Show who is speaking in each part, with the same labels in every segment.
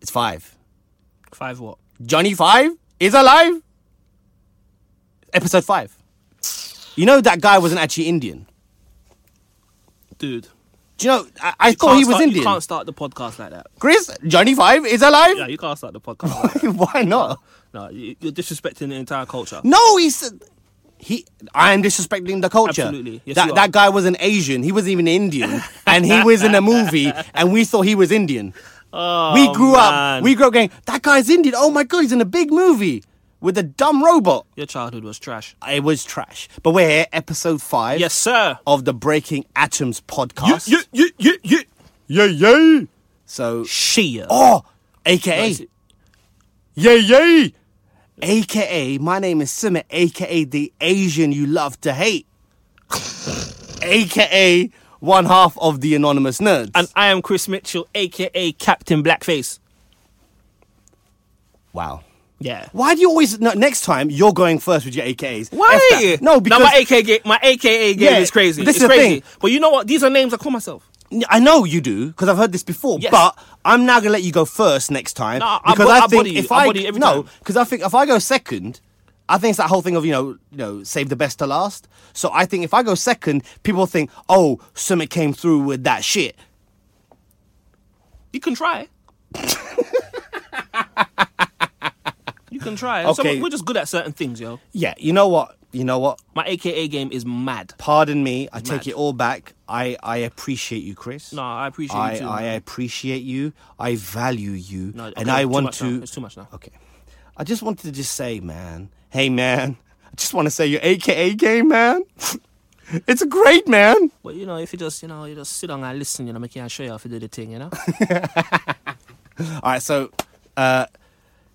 Speaker 1: It's five.
Speaker 2: Five what?
Speaker 1: Johnny Five is alive. Episode five. You know that guy wasn't actually Indian.
Speaker 2: Dude.
Speaker 1: Do you know? I, I thought
Speaker 2: Can't
Speaker 1: he was
Speaker 2: start-
Speaker 1: Indian.
Speaker 2: You can't start the podcast like that.
Speaker 1: Chris, Johnny Five is alive.
Speaker 2: Yeah, you can't start the podcast. like that.
Speaker 1: Why not?
Speaker 2: No, you- you're disrespecting the entire culture.
Speaker 1: No, he's he. I am disrespecting the culture.
Speaker 2: Absolutely. Yes,
Speaker 1: that
Speaker 2: you are.
Speaker 1: that guy was an Asian. He wasn't even Indian, and he was in a movie, and we thought he was Indian.
Speaker 2: Oh,
Speaker 1: we grew
Speaker 2: man.
Speaker 1: up. We grew up going. That guy's Indian. Oh my god, he's in a big movie with a dumb robot.
Speaker 2: Your childhood was trash.
Speaker 1: It was trash. But we're here, episode five.
Speaker 2: Yes, sir.
Speaker 1: Of the Breaking Atoms podcast.
Speaker 2: You, you, you, you,
Speaker 1: Yay, yay. So,
Speaker 2: Shia.
Speaker 1: oh, AKA.
Speaker 2: it-
Speaker 1: Yay, yay. AKA, my name is Simit, AKA the Asian you love to hate. AKA one half of the Anonymous Nerds.
Speaker 2: And I am Chris Mitchell, aka Captain Blackface.
Speaker 1: wow.
Speaker 2: Yeah.
Speaker 1: Why do you always, no, next time, you're going first with your AKAs. F
Speaker 2: Why?
Speaker 1: that. No, because
Speaker 2: Now my AKA ga- my AKA game
Speaker 1: Yeah,
Speaker 2: is crazy.
Speaker 1: this
Speaker 2: This
Speaker 1: is the
Speaker 2: it's crazy.
Speaker 1: thing.
Speaker 2: But you know what? These are names I call myself.
Speaker 1: I know you do because I've heard this before.
Speaker 2: Yes.
Speaker 1: But I'm now gonna let you go first next time
Speaker 2: No, I- I
Speaker 1: because
Speaker 2: bo-
Speaker 1: I,
Speaker 2: I
Speaker 1: think
Speaker 2: body you.
Speaker 1: if
Speaker 2: I
Speaker 1: I,
Speaker 2: body you every
Speaker 1: no
Speaker 2: time.
Speaker 1: because I think if I go second, I think it's that whole thing of you know you know save the best to last. So I think if I go second, people think oh Summit came through with that shit.
Speaker 2: You can try. you can try.
Speaker 1: Okay.
Speaker 2: Some- we're just good at certain things, yo.
Speaker 1: Yeah, you know what? You know what?
Speaker 2: My AKA game is mad.
Speaker 1: Pardon me. I take
Speaker 2: Mad.
Speaker 1: it all back. I I appreciate you, Chris.
Speaker 2: No, I appreciate
Speaker 1: I,
Speaker 2: you too.
Speaker 1: I
Speaker 2: man.
Speaker 1: appreciate you. I value you,
Speaker 2: No,
Speaker 1: and
Speaker 2: okay,
Speaker 1: I
Speaker 2: too
Speaker 1: want
Speaker 2: much
Speaker 1: to.
Speaker 2: now. It's too much now.
Speaker 1: Okay, I just wanted to just say, man. Hey, man. I just want to say your AKA game, man. it's great, man.
Speaker 2: But you know, if you just you know, you just sit down and listen, you know, make you show you how to do the thing, you know.
Speaker 1: All right, so uh,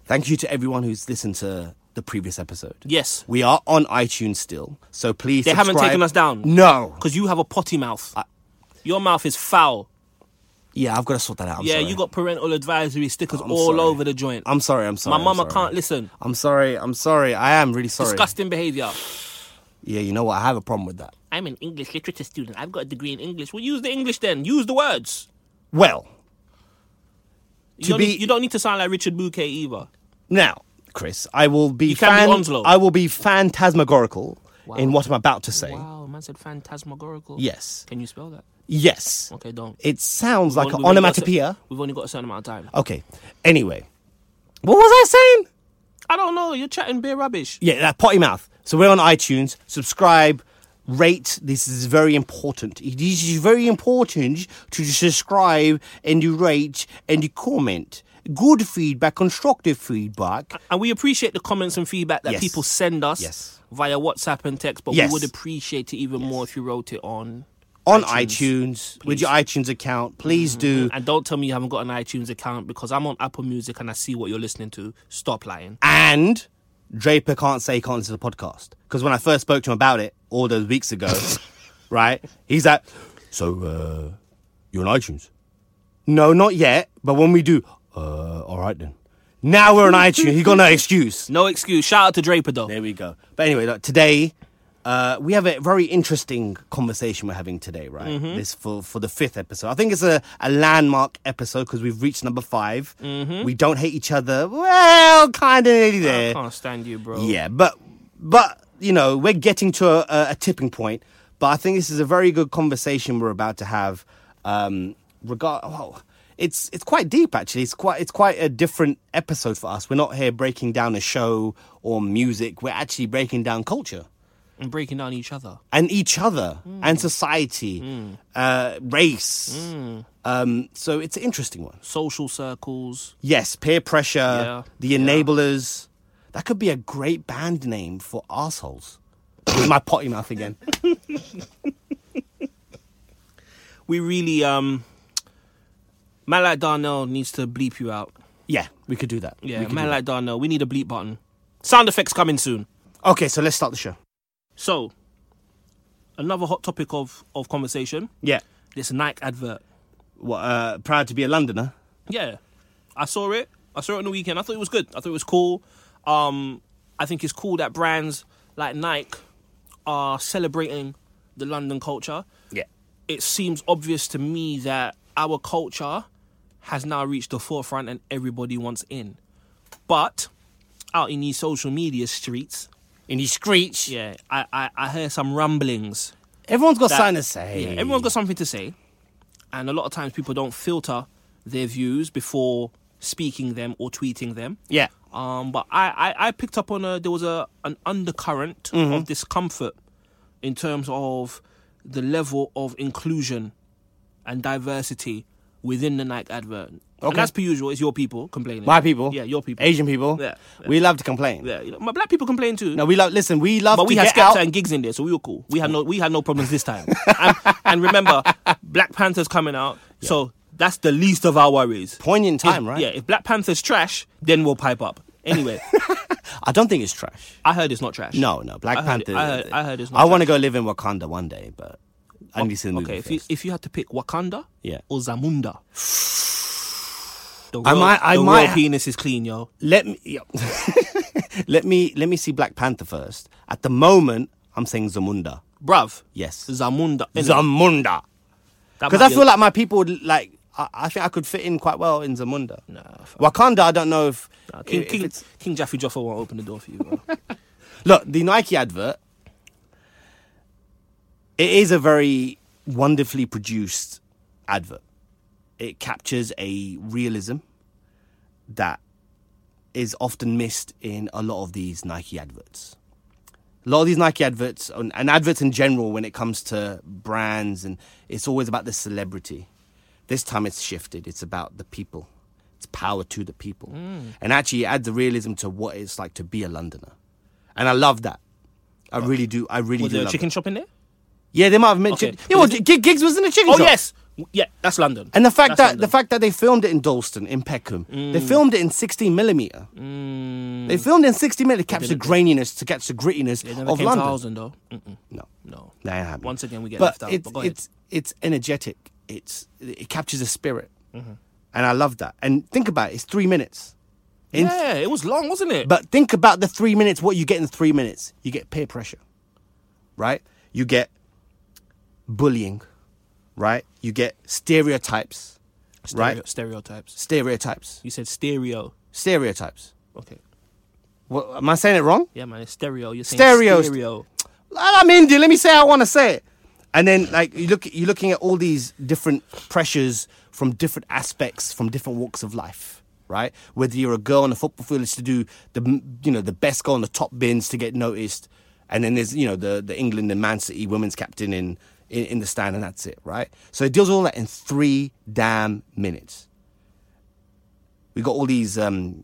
Speaker 1: thank you to everyone who's listened to the previous episode.
Speaker 2: yes,
Speaker 1: We are on iTunes still, so please.
Speaker 2: They haven't
Speaker 1: subscribe.
Speaker 2: taken us down.
Speaker 1: No.
Speaker 2: because you have a potty mouth. Your mouth is foul.
Speaker 1: Yeah, I've got to sort that out. I'm
Speaker 2: yeah,
Speaker 1: sorry.
Speaker 2: you got parental advisory stickers
Speaker 1: I'm
Speaker 2: all
Speaker 1: sorry.
Speaker 2: over the joint.
Speaker 1: I'm sorry. I'm sorry.
Speaker 2: My
Speaker 1: I'm
Speaker 2: mama
Speaker 1: sorry.
Speaker 2: can't listen.
Speaker 1: I'm sorry. I'm sorry. I am really sorry.
Speaker 2: Disgusting behavior.
Speaker 1: Yeah, you know what? I have a problem with that.
Speaker 2: I'm an English literature student. I've got a degree in English. Well, use the English then. Use the words.
Speaker 1: Well,
Speaker 2: You,
Speaker 1: To
Speaker 2: don't,
Speaker 1: be-
Speaker 2: need, you don't need to sound like Richard Bouquet either.
Speaker 1: Now, Chris, I will be,
Speaker 2: You can be
Speaker 1: fan-
Speaker 2: Onslow.
Speaker 1: I will be phantasmagorical
Speaker 2: Wow.
Speaker 1: in what I'm about to say.
Speaker 2: Wow, man said phantasmagorical.
Speaker 1: Yes.
Speaker 2: Can you spell that?
Speaker 1: Yes.
Speaker 2: Okay, don't.
Speaker 1: It sounds like
Speaker 2: We've
Speaker 1: an
Speaker 2: only got a cer-
Speaker 1: onomatopoeia.
Speaker 2: We've only got a certain amount of time.
Speaker 1: Okay. Anyway, what was I saying?
Speaker 2: I don't know. You're chatting beer rubbish.
Speaker 1: Yeah, that potty mouth. So we're on iTunes. Subscribe, rate. This is very important. It is very important to subscribe and you rate and you comment. Good feedback, constructive feedback.
Speaker 2: And we appreciate the comments and feedback that
Speaker 1: Yes.
Speaker 2: people send us
Speaker 1: Yes.
Speaker 2: via WhatsApp and text, but
Speaker 1: Yes.
Speaker 2: we would appreciate it even more if you wrote it on.
Speaker 1: On iTunes, with your iTunes account, please do.
Speaker 2: And don't tell me you haven't got an iTunes account because I'm on Apple Music and I see what you're listening to. Stop lying.
Speaker 1: And Draper can't say he can't listen to the podcast. Because when I first spoke to him about it all those weeks ago, right? He's like, So, uh, you're on iTunes? No, not yet. But when we do, uh, all right then. Now we're on iTunes. He got no excuse.
Speaker 2: No excuse. Shout out to Draper though.
Speaker 1: There we go. But anyway, look, today, uh, we have a very interesting conversation we're having today, right? This for, for the fifth episode. I think it's a, a landmark episode because we've reached number 5 We don't hate each other. Well, kind of nearly there.
Speaker 2: I can't stand you, bro.
Speaker 1: Oh. Yeah, but but you know we're getting to a- a, a tipping point. But I think this is a very good conversation we're about to have. Um, regard, well, it's it's quite deep actually. It's quite it's quite a different episode for us. We're not here breaking down a show or music. We're actually breaking down culture
Speaker 2: And breaking down each other.
Speaker 1: and each other and society, uh, race. Um, so it's an interesting one.
Speaker 2: Social circles.
Speaker 1: Yes, peer pressure,
Speaker 2: Yeah,
Speaker 1: the enablers. That could be a great band name for assholes. With my potty mouth again.
Speaker 2: We really um Man like Darnell needs to bleep you out.
Speaker 1: Yeah, we could do that. We
Speaker 2: Yeah,
Speaker 1: could do
Speaker 2: man
Speaker 1: that.
Speaker 2: like Darnell. We need a bleep button. Sound effects coming soon.
Speaker 1: Okay, so let's start the show.
Speaker 2: So another hot topic of, of conversation.
Speaker 1: Yeah.
Speaker 2: This Nike advert.
Speaker 1: What, uh, proud to be a Londoner.
Speaker 2: Yeah, I saw it. I saw it on the weekend. I thought it was good. I thought it was cool. Um, I think it's cool that brands like Nike are celebrating the London culture.
Speaker 1: Yeah.
Speaker 2: It seems obvious to me that our culture has now reached the forefront and everybody wants in. But out in these social media streets,
Speaker 1: in these streets.
Speaker 2: yeah, I, I, I hear some rumblings.
Speaker 1: Everyone's got
Speaker 2: that-
Speaker 1: something to say.
Speaker 2: Uh, Yeah, everyone's got something to say. And a lot of times people don't filter their views before speaking them or tweeting them.
Speaker 1: Yeah.
Speaker 2: Um, but I, I, I picked up on a there was a an undercurrent
Speaker 1: Mm-hmm.
Speaker 2: of discomfort in terms of the level of inclusion and diversity within the Nike advert.
Speaker 1: Okay.
Speaker 2: And that's per usual. It's your people complaining.
Speaker 1: My people.
Speaker 2: Yeah, your people.
Speaker 1: Asian people.
Speaker 2: Yeah, yeah.
Speaker 1: We love to complain.
Speaker 2: yeah, you know, my black people complain too.
Speaker 1: No, we love. Listen, we love.
Speaker 2: But
Speaker 1: to
Speaker 2: we had
Speaker 1: get
Speaker 2: Skepta
Speaker 1: out.
Speaker 2: and gigs in there, so we were cool. We had no we had no problems this time. and, and remember, Black Panther's coming out, so that's the least of our worries.
Speaker 1: Poignant time, right?
Speaker 2: Yeah, if Black Panther's trash, then we'll pipe up. Anyway,
Speaker 1: I don't think it's trash.
Speaker 2: I heard it's not trash.
Speaker 1: No, no. Black
Speaker 2: I heard it-
Speaker 1: Panther.
Speaker 2: I heard- I heard it's not
Speaker 1: I want to go live in Wakanda one day, but I need to see the movie.
Speaker 2: Okay, if you,
Speaker 1: first.
Speaker 2: if you had to pick Wakanda
Speaker 1: Yeah.
Speaker 2: or Zamunda, the
Speaker 1: I
Speaker 2: royal-
Speaker 1: might- I
Speaker 2: the royal
Speaker 1: might-
Speaker 2: penis is clean, yo.
Speaker 1: let me. yeah. let me. Let me see Black Panther first. At the moment, I'm saying Zamunda.
Speaker 2: Bruv,
Speaker 1: Yes.
Speaker 2: Zamunda.
Speaker 1: Zamunda. Because I feel like my people would like. I, I think I could fit in quite well in Zamunda.
Speaker 2: Nah, fuck.
Speaker 1: Wakanda, I don't know if.
Speaker 2: King,
Speaker 1: if
Speaker 2: King,
Speaker 1: it's-
Speaker 2: King Jaffy Joffa won't open the door for you, bro.
Speaker 1: Look, the Nike advert. It is a very wonderfully produced advert. It captures a realism that is often missed in a lot of these Nike adverts. A lot of these Nike adverts and and adverts in general, when it comes to brands, and it's always about the celebrity. This time it's shifted. It's about the people. It's power to the people, and actually it adds the realism to what it's like to be a Londoner. And I love that. I really do. I really
Speaker 2: Was
Speaker 1: do.
Speaker 2: there a
Speaker 1: love
Speaker 2: chicken
Speaker 1: it.
Speaker 2: shop in there?
Speaker 1: Yeah, they might have mentioned.
Speaker 2: Okay.
Speaker 1: Yeah, well, G- Gigs was in a chicken
Speaker 2: Oh,
Speaker 1: shop.
Speaker 2: yes. Yeah, that's London.
Speaker 1: And the fact
Speaker 2: That's Mm.
Speaker 1: that
Speaker 2: London.
Speaker 1: the fact that they filmed it in Dalston in Peckham, they filmed it in 16 millimeter. They filmed it in 60 millimeter to catch the graininess, to catch the grittiness
Speaker 2: Mm. They never
Speaker 1: of
Speaker 2: came
Speaker 1: London.
Speaker 2: to Houston, though. Mm-mm,
Speaker 1: No,
Speaker 2: no.
Speaker 1: they haven't.
Speaker 2: Once again, we get
Speaker 1: but
Speaker 2: left out.
Speaker 1: It's,
Speaker 2: But go ahead.
Speaker 1: it's it's energetic. It's it captures a spirit,
Speaker 2: Mm-hmm.
Speaker 1: and I love that. And think about it. It's three minutes. In-
Speaker 2: yeah, it was long, wasn't it?
Speaker 1: But think about the three minutes. What you get in the three minutes? You get peer pressure, right? You get bullying, right? You get stereotypes,
Speaker 2: Stereo-
Speaker 1: right?
Speaker 2: Stereotypes.
Speaker 1: Stereotypes.
Speaker 2: You said stereo.
Speaker 1: Stereotypes.
Speaker 2: Okay.
Speaker 1: What, am I saying it wrong?
Speaker 2: Yeah, man, it's stereo. You're saying
Speaker 1: Stereo.
Speaker 2: stereo.
Speaker 1: I'm Indian. Let me say how I want to say it. And then like you look, you're looking at all these different pressures from different aspects, from different walks of life, right? Whether you're a girl on the football field, it's to do the you know the best girl on the top bins to get noticed, and then there's you know the the England and Man City women's captain in in, in the stand, and that's it, right? So it deals with all that in three damn minutes. We got all these um,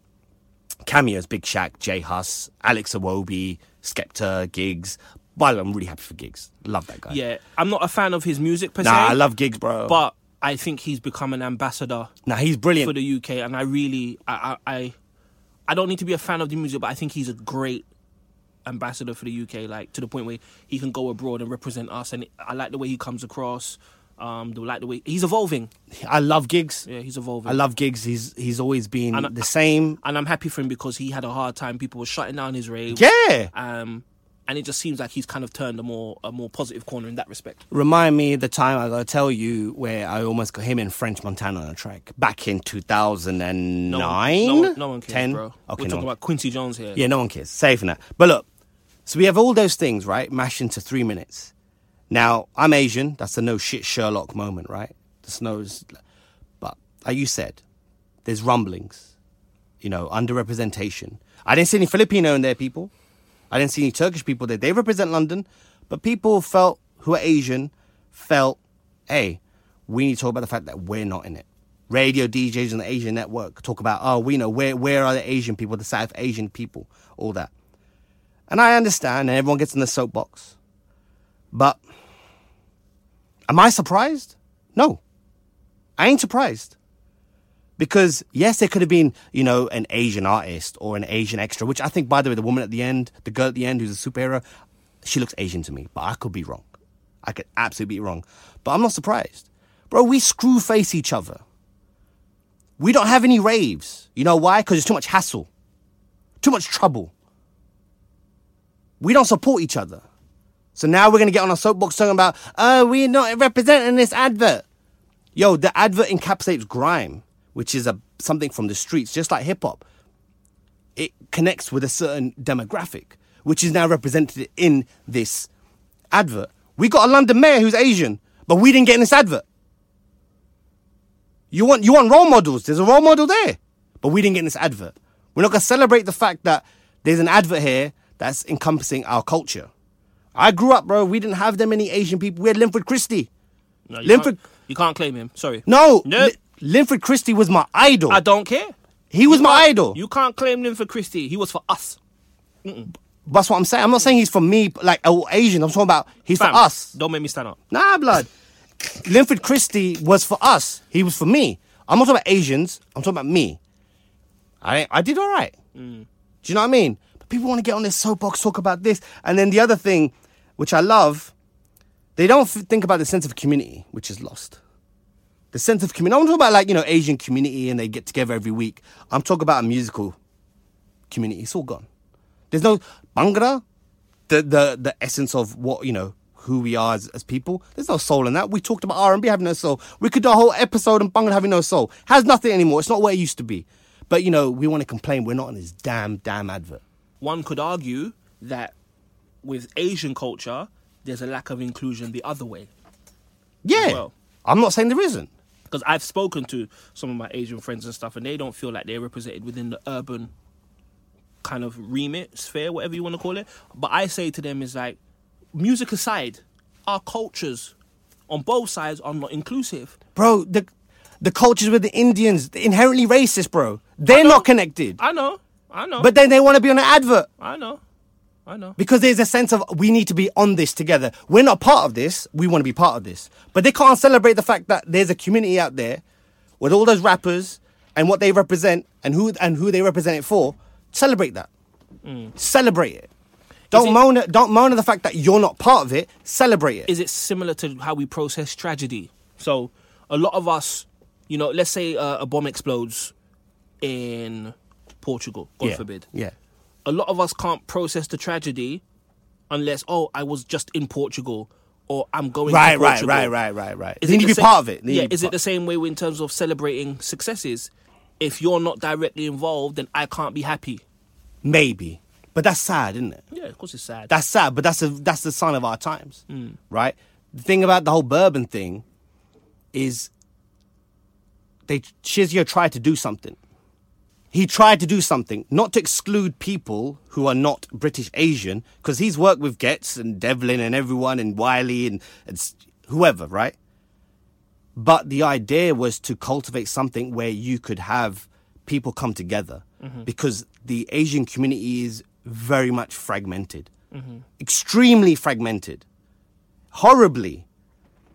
Speaker 1: cameos Big Shaq, Jay Huss, Alex Awobi, Skepta, Gigs. By the way, I'm really happy for Gigs. Love that guy.
Speaker 2: Yeah, I'm not a fan of his music per
Speaker 1: Nah,
Speaker 2: se.
Speaker 1: I love Gigs, bro.
Speaker 2: but I think he's become an ambassador
Speaker 1: nah, he's brilliant.
Speaker 2: for the UK, and I really, I, I, I, I don't need to be a fan of the music, but I think he's a great ambassador for the UK. Like to the point where he can go abroad and represent us, and I like the way he comes across. Um, the- like the way he's evolving.
Speaker 1: I love Gigs.
Speaker 2: Yeah, he's evolving.
Speaker 1: I love Gigs. He's he's always been
Speaker 2: And I-
Speaker 1: the same.
Speaker 2: and I'm happy for him because he had a hard time. People were shutting down his rave.
Speaker 1: Yeah.
Speaker 2: Um, and it just seems like he's kind of turned a more a more positive corner in that respect.
Speaker 1: Remind me the time I gotta tell you where I almost got him in French Montana on a track back in two thousand and
Speaker 2: No
Speaker 1: nine.
Speaker 2: one, no one, no one cares,
Speaker 1: 10?
Speaker 2: bro.
Speaker 1: Okay,
Speaker 2: We're
Speaker 1: no
Speaker 2: talking
Speaker 1: one
Speaker 2: about Quincy Jones here.
Speaker 1: Yeah, no one cares. Safe that. But look, so we have all those things, right? Mashed into three minutes. Now, I'm Asian. That's the no shit Sherlock moment, right? The snow's. But like you said, there's rumblings, you know, underrepresentation. I didn't see any Filipino in there, people. I didn't see any Turkish people there. They represent London, but people felt who are Asian felt, hey, we need to talk about the fact that we're not in it. Radio DJs on the Asian network talk about, oh, we know where where are the Asian people, the South Asian people, all that. And I understand, and everyone gets in the soapbox. But am I surprised? No. I ain't surprised. Because yes, there could have been, you know, an Asian artist or an Asian extra, which I think, by the way, the woman at the end, the girl at the end who's a superhero, she looks Asian to me, but I could be wrong. I could absolutely be wrong. But I'm not surprised. Bro, we screw face each other. We don't have any raves. You know why? Because it's too much hassle, too much trouble. We don't support each other. So now we're going to get on our soapbox talking about, oh, we're not representing this advert. Yo, the advert encapsulates grime, which is a something from the streets, just like hip hop. It connects with a certain demographic, which is now represented in this advert. We got a London mayor who's Asian, but we didn't get in this advert. You want you want role models. There's a role model there, but we didn't get in this advert. We're not gonna celebrate the fact that there's an advert here that's encompassing our culture. I grew up, bro. We didn't have that many Asian people. We had Linford Christie.
Speaker 2: No, you,
Speaker 1: Linford-
Speaker 2: can't, you can't claim him. Sorry.
Speaker 1: No,
Speaker 2: Nope.
Speaker 1: Li- Linford Christie was my idol.
Speaker 2: I don't care.
Speaker 1: he was my
Speaker 2: Can't-
Speaker 1: idol.
Speaker 2: You can't claim him for Christie. He was for us.
Speaker 1: That's what I'm saying. I'm not saying he's for me, like or Asian. I'm talking about he's
Speaker 2: Fam,
Speaker 1: for us.
Speaker 2: Don't make me stand up.
Speaker 1: Nah, blood. Linford Christie was for us. He was for me. I'm not talking about Asians. I'm talking about me. I I did all right. Do you know what I mean? But people want to get on this soapbox, talk about this, and then the other thing, which I love, they don't f- think about the sense of community, which is lost. The sense of community. I'm talking about like you know Asian community, and they get together every week. I'm talking about a musical community. It's all gone. There's no Bhangra, the the the essence of what you know who we are as, as people. There's no soul in that. We talked about R and B having no soul. We could do a whole episode on Bhangra having no soul. Has nothing anymore. It's not where it used to be. But you know we want to complain. We're not in this damn damn advert.
Speaker 2: One could argue that with Asian culture, there's a lack of inclusion the other way.
Speaker 1: Yeah,
Speaker 2: Well.
Speaker 1: I'm not saying there isn't.
Speaker 2: Because I've spoken to some of my Asian friends and stuff, and they don't feel like they're represented within the urban kind of remit, sphere, whatever you want to call it. But I say to them is like, music aside, our cultures on both sides are not inclusive.
Speaker 1: bro. The the cultures with the Indians they're inherently racist, bro. They're not connected.
Speaker 2: I know, I know,
Speaker 1: But then they want to be on an advert
Speaker 2: I know, I know.
Speaker 1: because there's a sense of we need to be on this together. We're not part of this. We want to be part of this. But they can't celebrate the fact that there's a community out there with all those rappers and what they represent and who and who they represent it for. Celebrate that. Celebrate it. Don't
Speaker 2: Mm. it-
Speaker 1: moan. At, don't moan at the fact that you're not part of it. Celebrate it.
Speaker 2: is it similar to how we process tragedy? So, a lot of us, you know, let's say uh, a bomb explodes in Portugal, God
Speaker 1: yeah.
Speaker 2: forbid.
Speaker 1: Yeah.
Speaker 2: A lot of us can't process the tragedy unless, oh, I was just in Portugal or I'm going
Speaker 1: Right.
Speaker 2: to
Speaker 1: Right.
Speaker 2: Portugal.
Speaker 1: Right. Right. Right. Right.
Speaker 2: Is
Speaker 1: They
Speaker 2: it
Speaker 1: need to
Speaker 2: the
Speaker 1: be
Speaker 2: same-
Speaker 1: part of it. They need
Speaker 2: Yeah,
Speaker 1: to be
Speaker 2: is it the same way in terms of celebrating successes? If you're not directly involved, then I can't be happy.
Speaker 1: Maybe. But that's sad, isn't it?
Speaker 2: Yeah, of course it's sad.
Speaker 1: That's sad, but that's a, that's the sign of our times, right? The thing about the whole bourbon thing is they Shizio tried to do something. He tried to do something, not to exclude people who are not British Asian, because he's worked with Getz and Devlin and everyone and Wiley and, and s- whoever, right? But the idea was to cultivate something where you could have people come together
Speaker 2: Mm-hmm.
Speaker 1: because the Asian community is very much fragmented,
Speaker 2: Mm-hmm.
Speaker 1: extremely fragmented, horribly,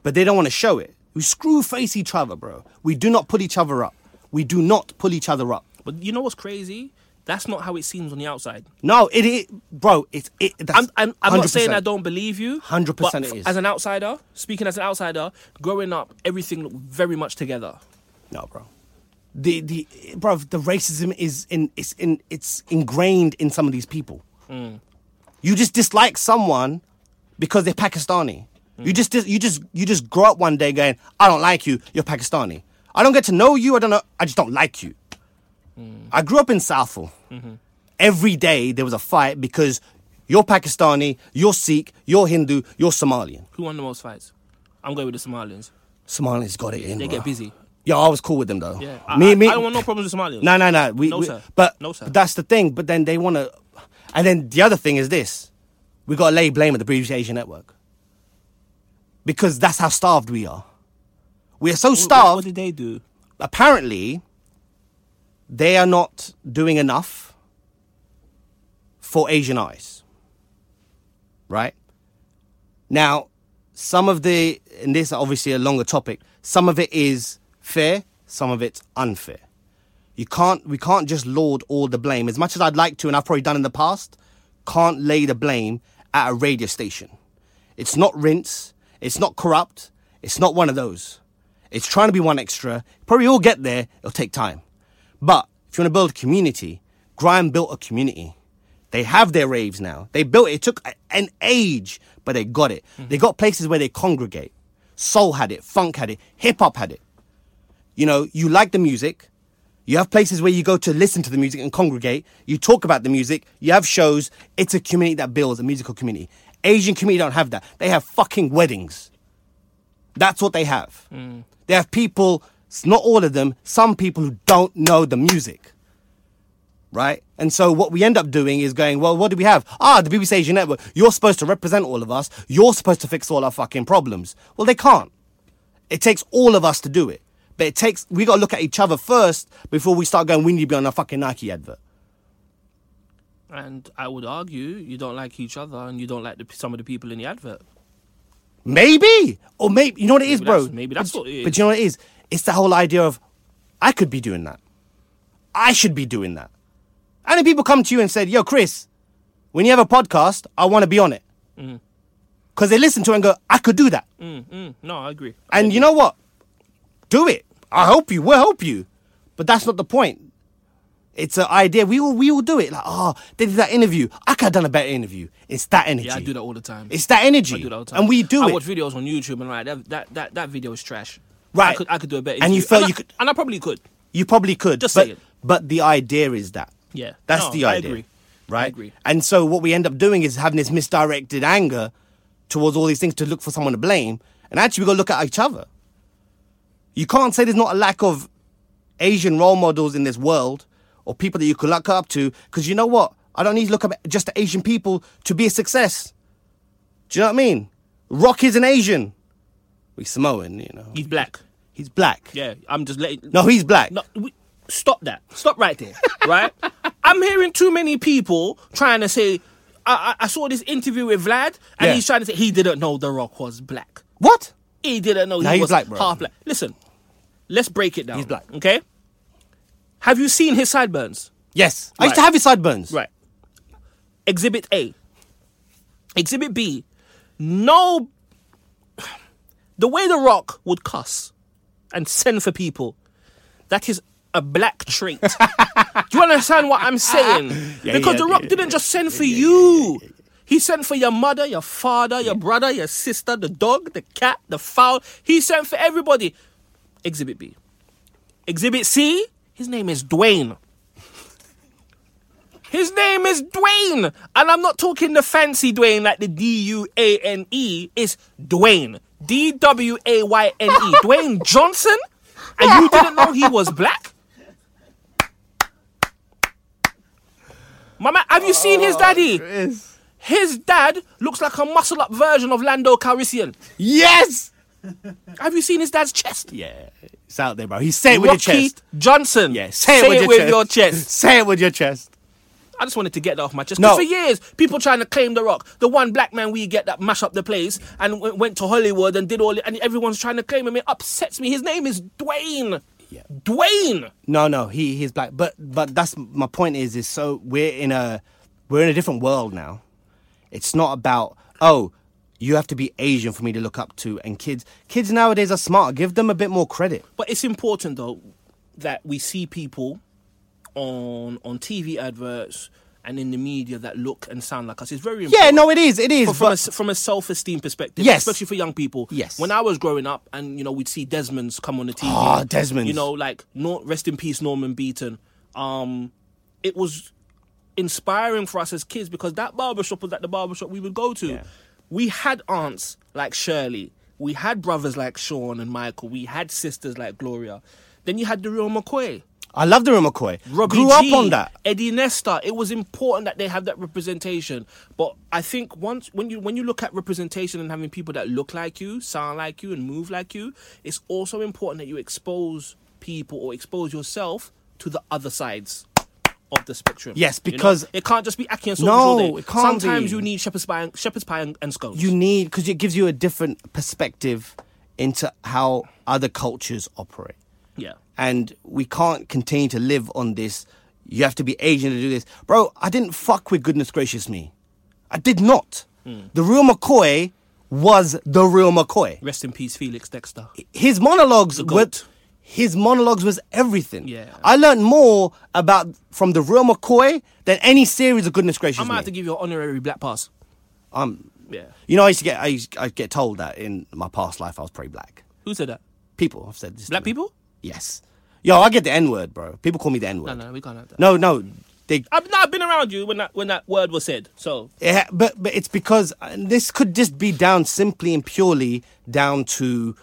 Speaker 1: but they don't want to show it. We screw face each other, bro. We do not pull each other up. We do not pull each other up.
Speaker 2: but you know what's crazy? That's not how it seems on the outside.
Speaker 1: No, it, it bro, it's it. That's
Speaker 2: I'm, I'm, I'm not saying I
Speaker 1: 100%.
Speaker 2: don't believe you.
Speaker 1: 100%
Speaker 2: but
Speaker 1: it is.
Speaker 2: As an outsider, speaking as an outsider, growing up, everything looked very much together.
Speaker 1: No, bro. The the bro, the racism is in it's in it's ingrained in some of these people.
Speaker 2: Hmm.
Speaker 1: You just dislike someone because they're Pakistani. You just dis- you just you just grow up one day going, I don't like you. You're Pakistani. I don't get to know you. I don't know. I just don't like you.
Speaker 2: Hmm.
Speaker 1: I grew up in Southall.
Speaker 2: Mm-hmm.
Speaker 1: Every day there was a fight because you're Pakistani, you're Sikh, you're Hindu, you're Somalian.
Speaker 2: Who won the most fights? I'm going with the Somalians.
Speaker 1: Somalians got it in.
Speaker 2: They
Speaker 1: bro.
Speaker 2: get busy.
Speaker 1: Yo, I was cool with them though.
Speaker 2: Yeah. I,
Speaker 1: me,
Speaker 2: I-
Speaker 1: me,
Speaker 2: I don't want no problems with Somalians.
Speaker 1: no, no, no. We,
Speaker 2: No,
Speaker 1: we-
Speaker 2: sir.
Speaker 1: But
Speaker 2: No, sir.
Speaker 1: that's the thing. But then they want to, and then the other thing is this: we got to lay blame at the British Asian Network because that's how starved we are. We are so
Speaker 2: What- What,
Speaker 1: starved.
Speaker 2: did they do?
Speaker 1: Apparently, they are not doing enough for Asian eyes. Right now, some of the and this is obviously a longer topic. Some of it is fair. Some of it's unfair. You can't we can't just lord all the blame. As much as I'd like to, and I've probably done in the past, can't lay the blame at a radio station. It's not rinse, it's not corrupt, it's not one of those. It's trying to be one extra. Probably all get there, it'll take time. But if you want to build a community, Grime built a community. They have their raves now. They built it. It took a- an age, but they got it. They got places where they congregate. Soul had it, funk had it, hip hop had it. You know, you like the music, You have places where you go to listen to the music and congregate. You talk about the music. You have shows. It's a community that builds a musical community. Asian community don't have that. They have fucking weddings. That's what they have. They have people, s- not all of them, some people who don't know the music. Right? And so what we end up doing is going, well, what do we have? Ah, the BBC Asian Network. You're supposed to represent all of us. You're supposed to fix all our fucking problems. Well, they can't. It takes all of us to do it. But it takes, we got to look at each other first before we start going, we need to be on a fucking Nike advert.
Speaker 2: And I would argue you don't like each other and you don't like the, some of the people in the advert.
Speaker 1: Maybe. Or maybe, you know what it is,
Speaker 2: Maybe
Speaker 1: bro?
Speaker 2: that's- maybe that's
Speaker 1: but,
Speaker 2: what it is.
Speaker 1: But you know what it is? It's the whole idea of, I could be doing that. I should be doing that. And if people come to you and said, yo, Chris, when you have a podcast, I want to be on it. Because they listen to it and go, I could do that.
Speaker 2: Mm, no, I agree.
Speaker 1: And you know what? Do it. I help you. We'll help you. But that's not the point. It's an idea. We all we all do it. Like, oh, they did that interview. I could have done a better interview. It's that energy.
Speaker 2: yeah, I do that all the time.
Speaker 1: It's that energy.
Speaker 2: I do that all the time.
Speaker 1: And we do
Speaker 2: I
Speaker 1: it.
Speaker 2: watch videos on YouTube and like that that that, that video is trash. I
Speaker 1: Right.
Speaker 2: could I could do a better.
Speaker 1: And you
Speaker 2: interview.
Speaker 1: felt
Speaker 2: I-
Speaker 1: you could-
Speaker 2: and I probably could.
Speaker 1: You probably could.
Speaker 2: Just
Speaker 1: but,
Speaker 2: saying.
Speaker 1: But the idea is that.
Speaker 2: Yeah.
Speaker 1: That's
Speaker 2: No,
Speaker 1: the
Speaker 2: I
Speaker 1: idea.
Speaker 2: agree.
Speaker 1: Right?
Speaker 2: I agree.
Speaker 1: And so what we end up doing is having this misdirected anger towards all these things to look for someone to blame. And actually, we got to look at each other. You can't say there's not a lack of Asian role models in this world or people that you could look up to because you know what? I don't need to look up just to Asian people to be a success. Do you know what I mean? Rock is an Asian. He's Samoan, you know.
Speaker 2: He's black.
Speaker 1: He's black.
Speaker 2: Yeah, I'm just letting.
Speaker 1: No, he's black.
Speaker 2: No, we, stop that. Stop right there. Right? I'm hearing too many people trying to say. I, I I saw this interview with Vlad, and
Speaker 1: Yeah.
Speaker 2: he's trying to say he didn't know The Rock was black.
Speaker 1: What?
Speaker 2: He didn't know
Speaker 1: Nah,
Speaker 2: he
Speaker 1: he's
Speaker 2: was
Speaker 1: black, bro.
Speaker 2: half black. Listen, let's break it down.
Speaker 1: He's black.
Speaker 2: Okay. Have you seen his sideburns?
Speaker 1: Yes. I used to
Speaker 2: Right.
Speaker 1: have his sideburns.
Speaker 2: Right. Exhibit A. Exhibit B. No. The way The Rock would cuss and send for people, that is a black trait. Do you understand what I'm saying? because
Speaker 1: yeah,
Speaker 2: The Rock
Speaker 1: yeah,
Speaker 2: didn't just send for you. He sent for your mother, your father, your brother, your sister, the dog, the cat, the fowl. He sent for everybody. Exhibit B. Exhibit C, his name is Dwayne. His name is Dwayne. And I'm not talking the fancy Dwayne like the D U A N E. It's Dwayne. D W A Y N E. Dwayne Johnson? And you didn't know he was black? Mama, have you seen his
Speaker 1: Oh,
Speaker 2: daddy?
Speaker 1: Yes.
Speaker 2: His dad looks like a muscle up version of Lando Calrissian.
Speaker 1: Yes.
Speaker 2: Have you seen his dad's chest?
Speaker 1: Yeah. It's out there, bro. He say it with
Speaker 2: Rocky
Speaker 1: your chest.
Speaker 2: Johnson.
Speaker 1: Yeah. Say, it with, your, chest.
Speaker 2: your chest.
Speaker 1: Say it with your chest.
Speaker 2: I just wanted to get that off my chest. 'Cause
Speaker 1: No.
Speaker 2: For years, people trying to claim The Rock, the one black man we get that mash up the place and w- went to Hollywood and did all it, and everyone's trying to claim him. It upsets me. His name is Dwayne.
Speaker 1: Yeah.
Speaker 2: Dwayne.
Speaker 1: No, no. He he's black, but but that's my point. Is is so we're in a we're in a different world now. It's not about oh you have to be Asian for me to look up to, and kids kids nowadays are smart. Give them a bit more credit.
Speaker 2: But it's important though that we see people on on TV adverts and in the media that look and sound like us. It's very important.
Speaker 1: Yeah, no, it is, it is.
Speaker 2: from a,
Speaker 1: But,
Speaker 2: from a self-esteem perspective,
Speaker 1: Yes.
Speaker 2: especially for young people.
Speaker 1: Yes.
Speaker 2: When I was growing up, and you know, we'd see Desmond's come on the TV.
Speaker 1: Ah, Desmond's.
Speaker 2: You know, like nor rest in peace, Norman Beaton. Um, it was inspiring for us as kids because that barbershop was like the barbershop we would go to.
Speaker 1: Yeah.
Speaker 2: We had aunts like Shirley. We had brothers like Sean and Michael. We had sisters like Gloria. Then you had the real McCoy.
Speaker 1: I love the McCoy.
Speaker 2: Robbie
Speaker 1: Grew
Speaker 2: G,
Speaker 1: up on that.
Speaker 2: Eddie Nesta. It was important that they have that representation. But I think once when you when you look at representation and having people that look like you, sound like you, and move like you, it's also important that you expose people or expose yourself to the other sides of the spectrum.
Speaker 1: Yes,
Speaker 2: you know?
Speaker 1: because-
Speaker 2: it can't just be Aki and Saunders
Speaker 1: No,
Speaker 2: all day.
Speaker 1: it can't
Speaker 2: Sometimes
Speaker 1: be.
Speaker 2: you need shepherd's pie, and, shepherd's pie and, and scones.
Speaker 1: you need because it gives you a different perspective into how other cultures operate
Speaker 2: yeah.
Speaker 1: and we can't continue to live on this you have to be asian to do this bro i didn't fuck with goodness gracious me i did not
Speaker 2: Hmm.
Speaker 1: the real mccoy was the real mccoy
Speaker 2: Rest in peace, Felix Dexter.
Speaker 1: his monologues were
Speaker 2: goat.
Speaker 1: his monologues was everything
Speaker 2: Yeah.
Speaker 1: i learned more about from the real mccoy than any series of goodness gracious
Speaker 2: I might have to
Speaker 1: me.
Speaker 2: give you an honorary black pass.
Speaker 1: um,
Speaker 2: Yeah.
Speaker 1: you know i used to get I used, i'd get told that in my past life i was pretty black
Speaker 2: Who said that?
Speaker 1: people have said this to
Speaker 2: Black
Speaker 1: me.
Speaker 2: people?
Speaker 1: Yes. Yo, I get the N word, bro. People call me the N word.
Speaker 2: No, no, we can't have that.
Speaker 1: No, no, they.
Speaker 2: I've not been around you when that when that word was said. So
Speaker 1: It, ha- but but it's because and this could just be down simply and purely down to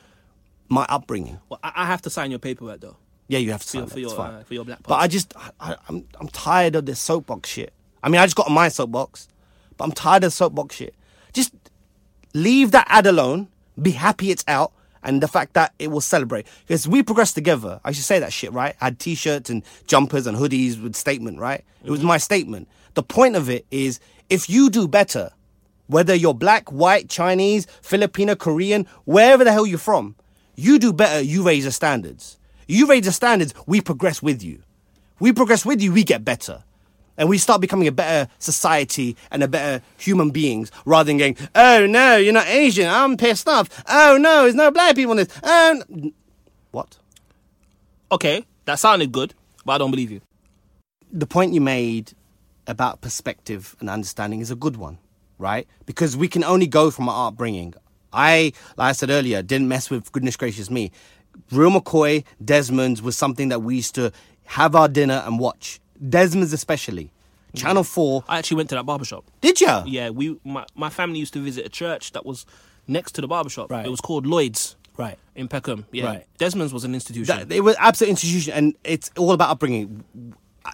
Speaker 1: my upbringing.
Speaker 2: well, I, I have to sign your paperwork though.
Speaker 1: Yeah, you have to sign
Speaker 2: for
Speaker 1: that, it's
Speaker 2: your,
Speaker 1: fine.
Speaker 2: uh, for your black
Speaker 1: But I just I, I, I'm I'm tired of this soapbox shit. I mean, I just got on my soapbox, but I'm tired of soapbox shit. Just leave that ad alone. Be happy it's out, and the fact that it will celebrate because we progress together. I should say that shit right. I had t-shirts and jumpers and hoodies with statement right. It
Speaker 2: Mm-hmm.
Speaker 1: was my statement. The point of it is, if you do better, whether you're black, white, Chinese, Filipino, Korean, wherever the hell you're from, you do better, you raise the standards. You raise the standards, we progress with you. We progress with you, we get better. And we start becoming a better society and a better human beings rather than going, oh no, you're not Asian, I'm pissed off. Oh no, there's no black people in this. Oh, n-" what?
Speaker 2: Okay, that sounded good, but I don't believe you.
Speaker 1: the point you made about perspective and understanding is a good one, right? Because we can only go from our upbringing. I, like I said earlier, didn't mess with goodness gracious me. Real McCoy, Desmond's was something that we used to have our dinner and watch. Desmond's especially. Channel 4.
Speaker 2: I actually went to that barbershop.
Speaker 1: Did you?
Speaker 2: Yeah, we my, my family used to visit a church that was next to the barbershop.
Speaker 1: Right.
Speaker 2: It was called Lloyd's.
Speaker 1: Right.
Speaker 2: In Peckham. Yeah.
Speaker 1: Right.
Speaker 2: Desmond's was an institution.
Speaker 1: That, it was absolute institution, and it's all about upbringing.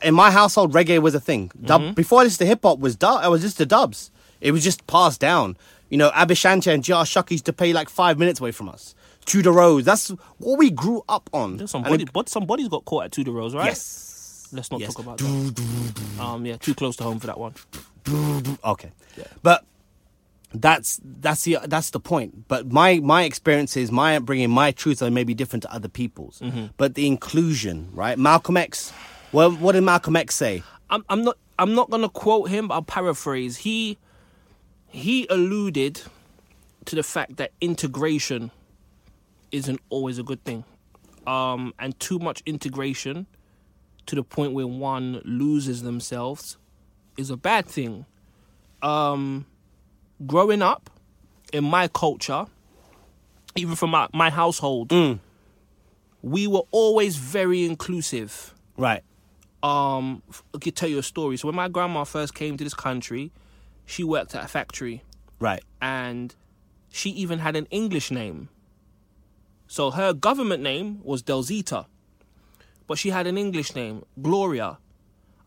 Speaker 1: In my household, reggae was a thing. Dub,
Speaker 2: Mm-hmm.
Speaker 1: Before I listened to hip hop, was dub. It was just the dubs. It was just passed down. You know, Abishanta and Jar Shuck used to pay like five minutes away from us. Tudor Rose. That's what we grew up on.
Speaker 2: There's some
Speaker 1: And
Speaker 2: body, but somebody's got caught at Tudor Rose, right?
Speaker 1: Yes.
Speaker 2: Let's not
Speaker 1: Yes.
Speaker 2: talk about that. Um, yeah, too close to home for that one.
Speaker 1: okay but that's that's the that's the point but my my experiences my upbringing my truths are maybe different to other people's but the inclusion right malcolm x well what did malcolm x say
Speaker 2: I'm, I'm not I'm not gonna quote him, but I'll paraphrase. He he alluded to the fact that integration isn't always a good thing, um, and too much integration to the point where one loses themselves is a bad thing. Um, growing up in my culture, even from my, my household, we were always very inclusive
Speaker 1: right
Speaker 2: um f- I could tell you a story. So when my grandma first came to this country, she worked at a factory
Speaker 1: right
Speaker 2: and she even had an English name. So her government name was Delzita, but she had an English name, Gloria.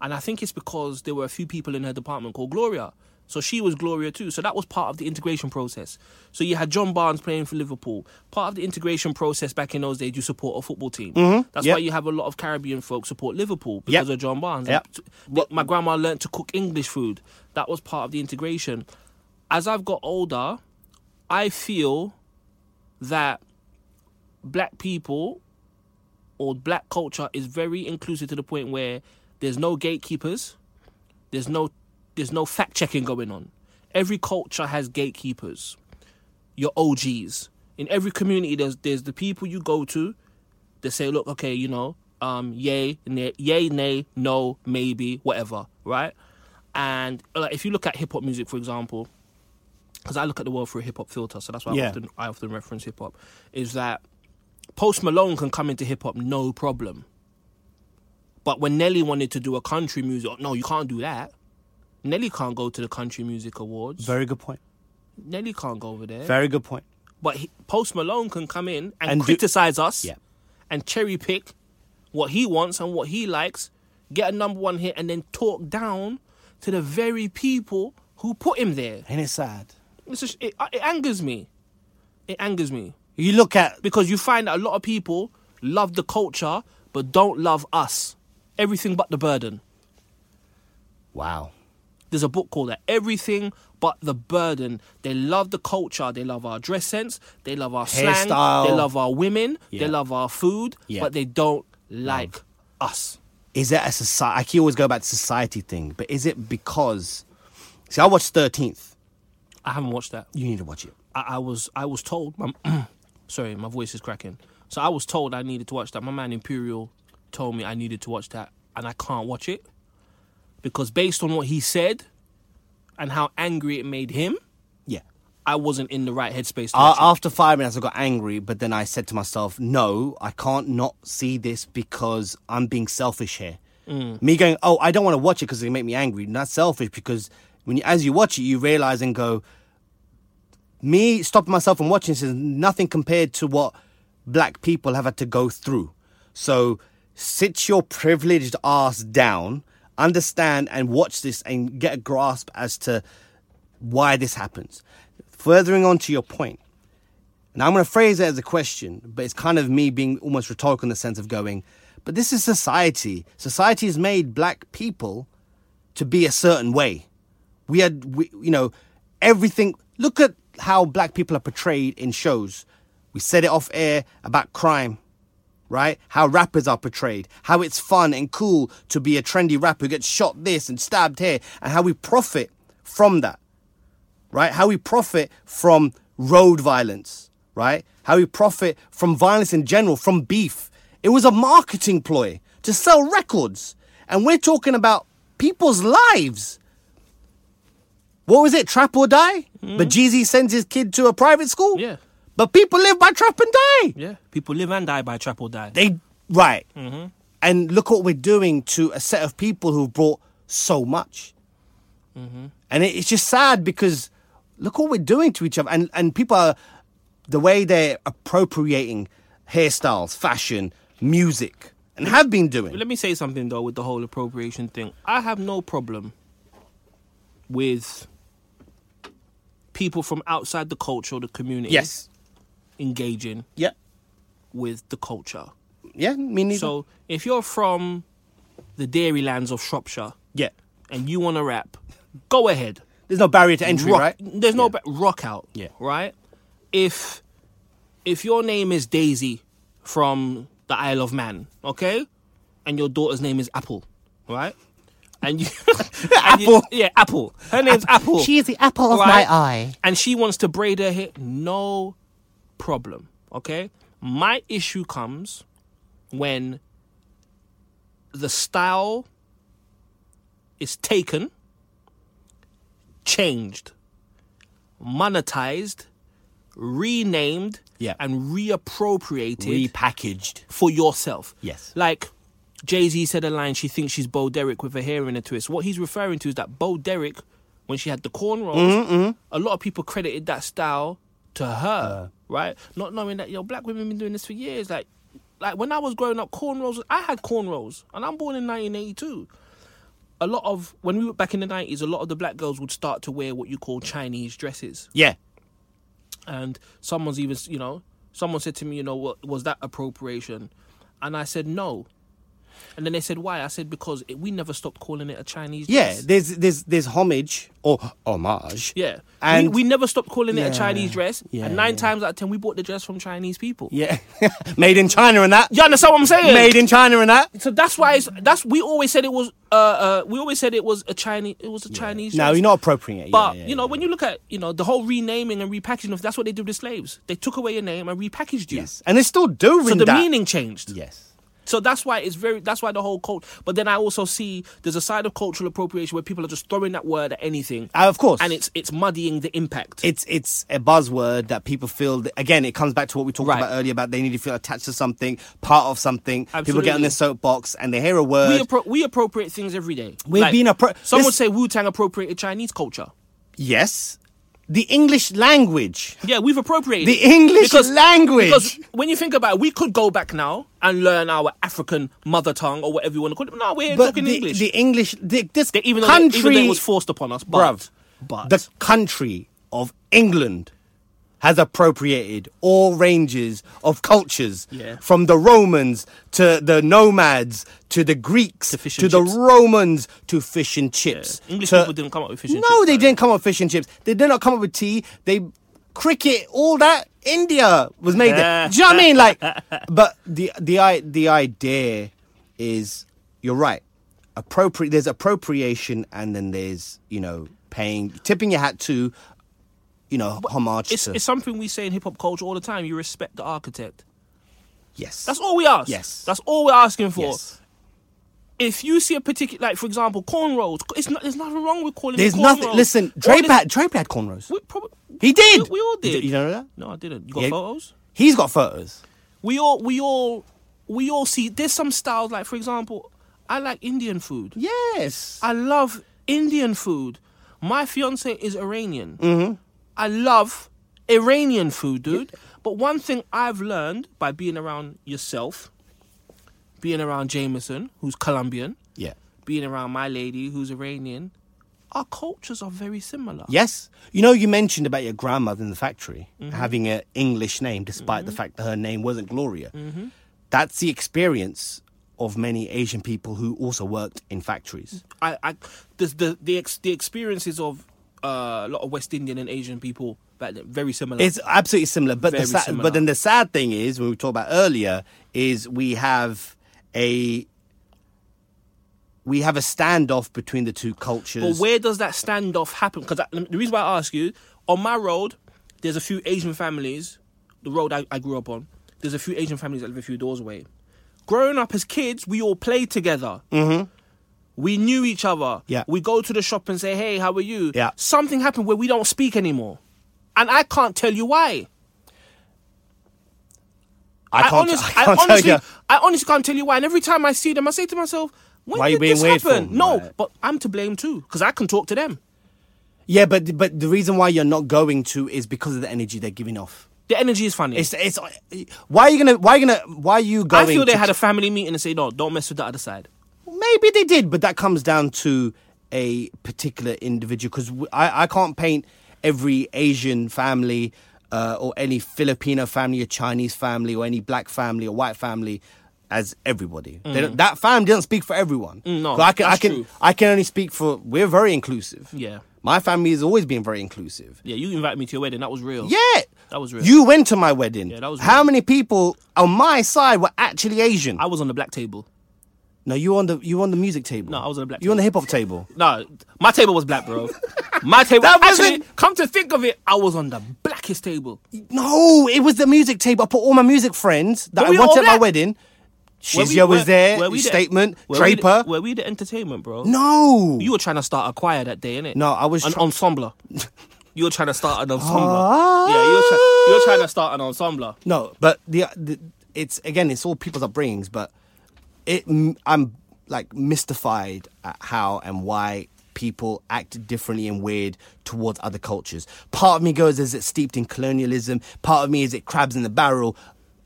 Speaker 2: And I think it's because there were a few people in her department called Gloria. So she was Gloria too. So that was part of the integration process. So you had John Barnes playing for Liverpool. Part of the integration process back in those days, you support a football team. That's
Speaker 1: Mm-hmm. Yep.
Speaker 2: why you have a lot of Caribbean folk support Liverpool because
Speaker 1: Yep.
Speaker 2: of John Barnes.
Speaker 1: Yep.
Speaker 2: Th- My grandma learnt to cook English food. That was part of the integration. As I've got older, I feel that black people or black culture is very inclusive to the point where there's no gatekeepers, there's no there's no fact checking going on. Every culture has gatekeepers, your OGs. In every community, there's there's the people you go to that say, look, okay, you know, um, yay, nay, yay, nay, no, maybe, whatever, right? And like, if you look at hip hop music, for example, because I look at the world through a hip hop filter, so that's why I
Speaker 1: Yeah.
Speaker 2: often I often reference hip hop, is that Post Malone can come into hip hop no problem. But when Nelly wanted to do a country music, oh, no, you can't do that. Nelly can't go to the Country Music Awards.
Speaker 1: very good point
Speaker 2: Nelly can't go over there.
Speaker 1: very good point
Speaker 2: But he, Post Malone can come in and,
Speaker 1: And do-
Speaker 2: criticize us
Speaker 1: Yeah.
Speaker 2: and cherry pick what he wants and what he likes, get a number one hit, and then talk down to the very people who put him there.
Speaker 1: and it's sad
Speaker 2: It's just, it, uh, it angers me. It angers me
Speaker 1: you look at
Speaker 2: because you find that a lot of people love the culture but don't love us. Everything but the burden.
Speaker 1: wow
Speaker 2: There's a book called that. Everything but the burden. They love the culture. They love our dress sense. They love our slang.
Speaker 1: Hairstyle.
Speaker 2: They love our women. They
Speaker 1: Yeah.
Speaker 2: love our food.
Speaker 1: Yeah.
Speaker 2: But they don't like us.
Speaker 1: is it a society? I keep always go back to society thing, but is it because? See, I watched Thirteenth.
Speaker 2: I haven't watched that.
Speaker 1: You need to watch it.
Speaker 2: I, I was I was told. My, sorry, my voice is cracking. So I was told I needed to watch that. My man Imperial told me I needed to watch that, and I can't watch it because based on what he said and how angry it made him,
Speaker 1: Yeah,
Speaker 2: I wasn't in the right headspace. To
Speaker 1: A-
Speaker 2: watch it.
Speaker 1: after five minutes, I got angry, but then I said to myself, "No, I can't not see this because I'm being selfish here." Me going, "Oh, I don't want to watch it because it make me angry." Not selfish because when you, as you watch it, you realize and go, "Me stopping myself from watching this is nothing compared to what black people have had to go through." So sit your privileged ass down, understand, and watch this, and get a grasp as to why this happens. Furthering on to your point, now I'm going to phrase it as a question, but it's kind of me being almost rhetorical in the sense of going, but this is society. Society has made black people to be a certain way. We had, we, you know, everything. Look at how black people are portrayed in shows. We said it off air about crime, right? How rappers are portrayed, how it's fun and cool to be a trendy rapper who gets shot this and stabbed here, and how we profit from that right? How we profit from road violence, right? How we profit from violence in general, from beef. It was a marketing ploy to sell records. And we're talking about people's lives. What was it? Trap or die? But Jeezy sends his kid to a private school?
Speaker 2: Mm-hmm. Yeah.
Speaker 1: But people live by trap and die.
Speaker 2: yeah, people live and die by trap or die.
Speaker 1: They right.
Speaker 2: Mm-hmm.
Speaker 1: And look what we're doing to a set of people who've brought so much.
Speaker 2: Mm-hmm.
Speaker 1: And it, it's just sad because look what we're doing to each other. And and people are the way they're appropriating hairstyles, fashion, music, and have been doing.
Speaker 2: Let me say something though with the whole appropriation thing. I have no problem with people from outside the culture, or the community,
Speaker 1: Yes.
Speaker 2: engaging
Speaker 1: Yeah.
Speaker 2: with the culture.
Speaker 1: Yeah. Me neither.
Speaker 2: So if you're from the dairy lands of Shropshire
Speaker 1: yeah.
Speaker 2: and you want to rap, go ahead.
Speaker 1: There's no barrier to entry,
Speaker 2: rock,
Speaker 1: right?
Speaker 2: There's no ba- rock out.
Speaker 1: Yeah.
Speaker 2: Right. If if your name is Daisy from the Isle of Man, okay, and your daughter's name is Apple, right, and you and you-
Speaker 1: Apple.
Speaker 2: yeah, Apple. Her name's Apple.
Speaker 3: She is the apple of
Speaker 2: right?
Speaker 3: my eye.
Speaker 2: and she wants to braid her hair. No problem. Okay. My issue comes when the style is taken, changed, monetized, renamed,
Speaker 1: Yeah.
Speaker 2: and reappropriated
Speaker 1: Repackaged.
Speaker 2: for yourself.
Speaker 1: Yes.
Speaker 2: Like Jay Z said a line, she thinks she's Bo Derek with her hair in a twist. What he's referring to is that Bo Derek, when she had the cornrows, a lot of people credited that style to her, right? Not knowing that yo, black women been doing this for years. Like, like when I was growing up, cornrows. I had cornrows, and I'm born in 1982. A lot of when we were back in the 90s, a lot of the black girls would start to wear what you call Chinese dresses
Speaker 1: Yeah.
Speaker 2: and someone's even you know someone said to me you know what was that appropriation and i said no and then they said why i said because it, we never stopped calling it a chinese
Speaker 1: Yeah.
Speaker 2: dress.
Speaker 1: There's there's there's homage or homage.
Speaker 2: yeah and
Speaker 1: And-
Speaker 2: we, we never stopped calling it
Speaker 1: Yeah,
Speaker 2: a chinese dress
Speaker 1: yeah,
Speaker 2: and nine
Speaker 1: yeah.
Speaker 2: times out of ten we bought the dress from chinese people
Speaker 1: Yeah. Made in China and that.
Speaker 2: you understand what i'm saying
Speaker 1: Made in China and that.
Speaker 2: so that's why it's, that's we always said it was uh, uh we always said it was a chinese it was a chinese
Speaker 1: No,
Speaker 2: dress.
Speaker 1: you're not appropriating it.
Speaker 2: But
Speaker 1: yeah, yeah,
Speaker 2: you know, when you look at you know the whole renaming and repackaging of that's what they do to slaves. They took away your name and repackaged you.
Speaker 1: yes, and they're still doing
Speaker 2: So the
Speaker 1: that.
Speaker 2: meaning changed.
Speaker 1: yes,
Speaker 2: So that's why it's very. That's why the whole cult. But then I also see there's a side of cultural appropriation where people are just throwing that word at anything,
Speaker 1: Uh, of course,
Speaker 2: and it's it's muddying the impact.
Speaker 1: it's it's a buzzword that people feel. That, again, it comes back to what we talked
Speaker 2: Right.
Speaker 1: about earlier about they need to feel attached to something, part of something. People get on
Speaker 2: Absolutely.
Speaker 1: their soapbox and they hear a word.
Speaker 2: we, appro- we appropriate things every day.
Speaker 1: We're being appro-
Speaker 2: Some would
Speaker 1: this-
Speaker 2: say Wu Tang appropriated Chinese culture.
Speaker 1: yes, the English language.
Speaker 2: Yeah, we've appropriated
Speaker 1: The
Speaker 2: it.
Speaker 1: English language.
Speaker 2: Because when you think about it, we could go back now and learn our African mother tongue or whatever you want to call it. No, we're here
Speaker 1: But
Speaker 2: talking
Speaker 1: the
Speaker 2: English.
Speaker 1: the English the, this
Speaker 2: They- even though
Speaker 1: country
Speaker 2: even though it was forced upon us, but,
Speaker 1: Bruv,
Speaker 2: but
Speaker 1: the country of England has appropriated all ranges of cultures
Speaker 2: Yeah.
Speaker 1: from the Romans to the nomads to the Greeks
Speaker 2: fish
Speaker 1: to
Speaker 2: and
Speaker 1: the
Speaker 2: chips.
Speaker 1: Romans to fish and chips.
Speaker 2: English
Speaker 1: to-
Speaker 2: people didn't come up with fish and
Speaker 1: no,
Speaker 2: chips,
Speaker 1: they
Speaker 2: though.
Speaker 1: didn't come up with fish and chips. They did not come up with tea. They cricket, all that. India was made there. Do you know what I mean? Like, but the the i- the idea is you're right. Appropriate. There's appropriation, and then there's you know paying, tipping your hat to, you know, homage
Speaker 2: it's,
Speaker 1: to.
Speaker 2: it's something we say in hip hop culture all the time. You respect the architect.
Speaker 1: yes,
Speaker 2: That's all we ask.
Speaker 1: Yes.
Speaker 2: That's all we're asking for.
Speaker 1: Yes.
Speaker 2: if you see a particular, like for example, cornrows, it's not. There's nothing wrong with calling.
Speaker 1: There's
Speaker 2: it cornrows.
Speaker 1: nothing. Listen,
Speaker 2: Or
Speaker 1: Drape
Speaker 2: there's-
Speaker 1: had, Drape had cornrows.
Speaker 2: We probably,
Speaker 1: He did.
Speaker 2: We, we all
Speaker 1: You
Speaker 2: did.
Speaker 1: d- You know that?
Speaker 2: No, I didn't. You got
Speaker 1: Yeah.
Speaker 2: photos?
Speaker 1: He's got photos.
Speaker 2: We all, we all, we all see. There's some styles like, for example, I like Indian food.
Speaker 1: Yes.
Speaker 2: I love Indian food. My fiance is Iranian. Mm-hmm. I love Iranian food, dude. But one thing I've learned by being around yourself, being around Jameson, who's Colombian,
Speaker 1: yeah.
Speaker 2: being around my lady, who's Iranian, our cultures are very similar.
Speaker 1: Yes. You know, you mentioned about your grandmother in the factory
Speaker 2: Mm-hmm.
Speaker 1: having an English name, despite the fact that her name wasn't Gloria.
Speaker 2: Mm-hmm.
Speaker 1: That's the experience of many Asian people who also worked in factories.
Speaker 2: I, I the the the, ex, the experiences of uh, a lot of West Indian and Asian people back then very similar.
Speaker 1: It's absolutely similar, but the
Speaker 2: Very
Speaker 1: sa-
Speaker 2: similar.
Speaker 1: but then the sad thing is when we talked about earlier is we have a we have a standoff between the two
Speaker 2: but
Speaker 1: cultures.
Speaker 2: where does that standoff happen? Because the reason why I ask you on my road, there's a few Asian families. The road I, I grew up on, there's a few Asian families that live a few doors away. Growing up as kids, we all played together. We knew each other.
Speaker 1: Mm-hmm. Yeah.
Speaker 2: We go to the shop and say, "Hey, how are you?"
Speaker 1: Yeah.
Speaker 2: Something happened where we don't speak anymore, and I can't tell you why. I,
Speaker 1: can't,
Speaker 2: honest-
Speaker 1: I can't
Speaker 2: I honestly,
Speaker 1: tell you.
Speaker 2: I honestly can't tell you why. And every time I see them, I say to myself, "When
Speaker 1: Why are you
Speaker 2: did
Speaker 1: being
Speaker 2: this
Speaker 1: weird for?
Speaker 2: happen?" No,
Speaker 1: Right.
Speaker 2: but I'm to blame too because I can talk to them.
Speaker 1: Yeah, but but the reason why you're not going to is because of the energy they're giving off.
Speaker 2: The energy is funny.
Speaker 1: It's it's why are you gonna why are you gonna why are you
Speaker 2: I
Speaker 1: going?
Speaker 2: feel they
Speaker 1: to-
Speaker 2: had a family meeting and say, "No, don't mess with the other side."
Speaker 1: Maybe they did, but that comes down to a particular individual because I, I can't paint every Asian family uh, or any Filipino family or Chinese family or any black family or white family as everybody. They don't, that family doesn't speak for everyone.
Speaker 2: Mm. no,
Speaker 1: But I can I
Speaker 2: that's
Speaker 1: can
Speaker 2: true.
Speaker 1: I can only speak for we're very inclusive.
Speaker 2: Yeah.
Speaker 1: my family has always been very inclusive.
Speaker 2: Yeah, you invited me to your wedding. That was real.
Speaker 1: Yeah.
Speaker 2: That was real.
Speaker 1: You went to my wedding.
Speaker 2: Yeah, that was
Speaker 1: How many people on my side were actually Asian?
Speaker 2: I was on the black table.
Speaker 1: no, you were on the you were on the music table.
Speaker 2: No, I was on the black
Speaker 1: You were on the
Speaker 2: table.
Speaker 1: hip hop table.
Speaker 2: No, my table was black, bro. My table.
Speaker 1: That
Speaker 2: actually,
Speaker 1: wasn't-
Speaker 2: come to think of it, I was on the blackest table.
Speaker 1: No, it was the music table. I put all my music friends that
Speaker 2: Were
Speaker 1: I
Speaker 2: we
Speaker 1: wanted
Speaker 2: all
Speaker 1: at my
Speaker 2: there?
Speaker 1: wedding.
Speaker 2: Were we-
Speaker 1: Shizia was
Speaker 2: were-
Speaker 1: there.
Speaker 2: were we
Speaker 1: statement.
Speaker 2: Were we the-
Speaker 1: Draper.
Speaker 2: were we the entertainment, bro?
Speaker 1: no.
Speaker 2: You were trying to start a choir that day, innit?
Speaker 1: No, I was
Speaker 2: an
Speaker 1: try-
Speaker 2: ensemble. you were trying to start an ensemble.
Speaker 1: Ah.
Speaker 2: yeah, you were, try- you were trying to start an ensemble.
Speaker 1: no, but the, the it's again it's all people's upbringings, but it m- I'm like mystified at how and why people act differently and weird towards other cultures. Part of me goes, is it steeped in colonialism? Part of me is it crabs in the barrel?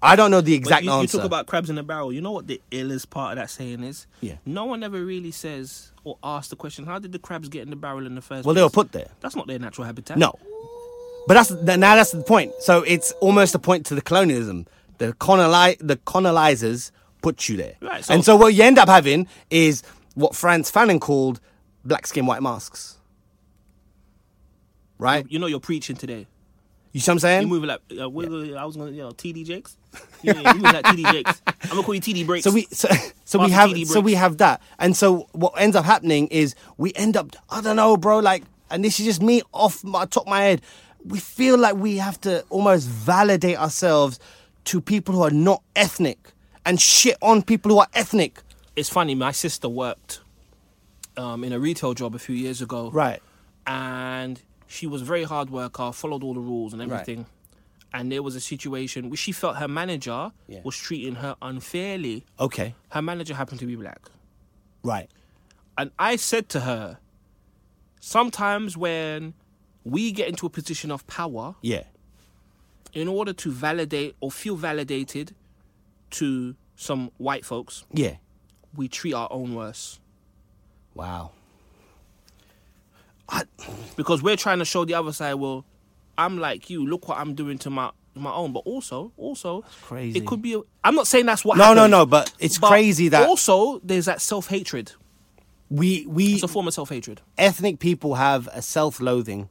Speaker 1: I don't know the
Speaker 2: But
Speaker 1: exact
Speaker 2: you, you
Speaker 1: answer.
Speaker 2: talk about crabs in a barrel. You know what the illest part of that saying is?
Speaker 1: Yeah.
Speaker 2: No one ever really says or asks the question, how did the crabs get in the barrel in the first
Speaker 1: well, they
Speaker 2: place?
Speaker 1: were put there.
Speaker 2: That's not their natural habitat.
Speaker 1: No. But that's th- now that's the point. So it's almost a point to the colonialism. The coloni- the colonizers put you there.
Speaker 2: Right,
Speaker 1: and
Speaker 2: so-
Speaker 1: so what you end up having is what Franz Fanon called black skin white masks. Right?
Speaker 2: You know you're preaching today.
Speaker 1: You see what I'm saying?
Speaker 2: You move like, uh, wait, wait, wait, I was going to, you know, TD Jakes. Yeah, you move like TD Jakes. I'm going to call you TD Breaks.
Speaker 1: So we so, so we
Speaker 2: Martin
Speaker 1: have
Speaker 2: TD
Speaker 1: so we
Speaker 2: Briggs.
Speaker 1: have that. And so what ends up happening is we end up I don't know, bro, like and this is just me off my top of my head. We feel like we have to almost validate ourselves to people who are not ethnic and shit on people who are ethnic.
Speaker 2: it's funny. My sister worked um, in a retail job a few years ago,
Speaker 1: Right.
Speaker 2: And she was a very hard worker, followed all the rules and everything. And there was a situation where she felt her manager
Speaker 1: Yeah.
Speaker 2: was treating her unfairly.
Speaker 1: Okay.
Speaker 2: Her manager happened to be black,
Speaker 1: Right.
Speaker 2: and I said to her, sometimes when we get into a position of power,
Speaker 1: Yeah.
Speaker 2: in order to validate or feel validated to some white folks,
Speaker 1: Yeah.
Speaker 2: we treat our own worse.
Speaker 1: Wow.
Speaker 2: because we're trying to show the other side. Well, I'm like you. Look what I'm doing to my my own. But also, also,
Speaker 1: crazy.
Speaker 2: It could be. A, I'm not saying that's what.
Speaker 1: No, no,
Speaker 2: happened,
Speaker 1: no, but it's
Speaker 2: but
Speaker 1: crazy that
Speaker 2: also there's that self hatred.
Speaker 1: we we
Speaker 2: It's a form of self hatred.
Speaker 1: ethnic people have a self-loathing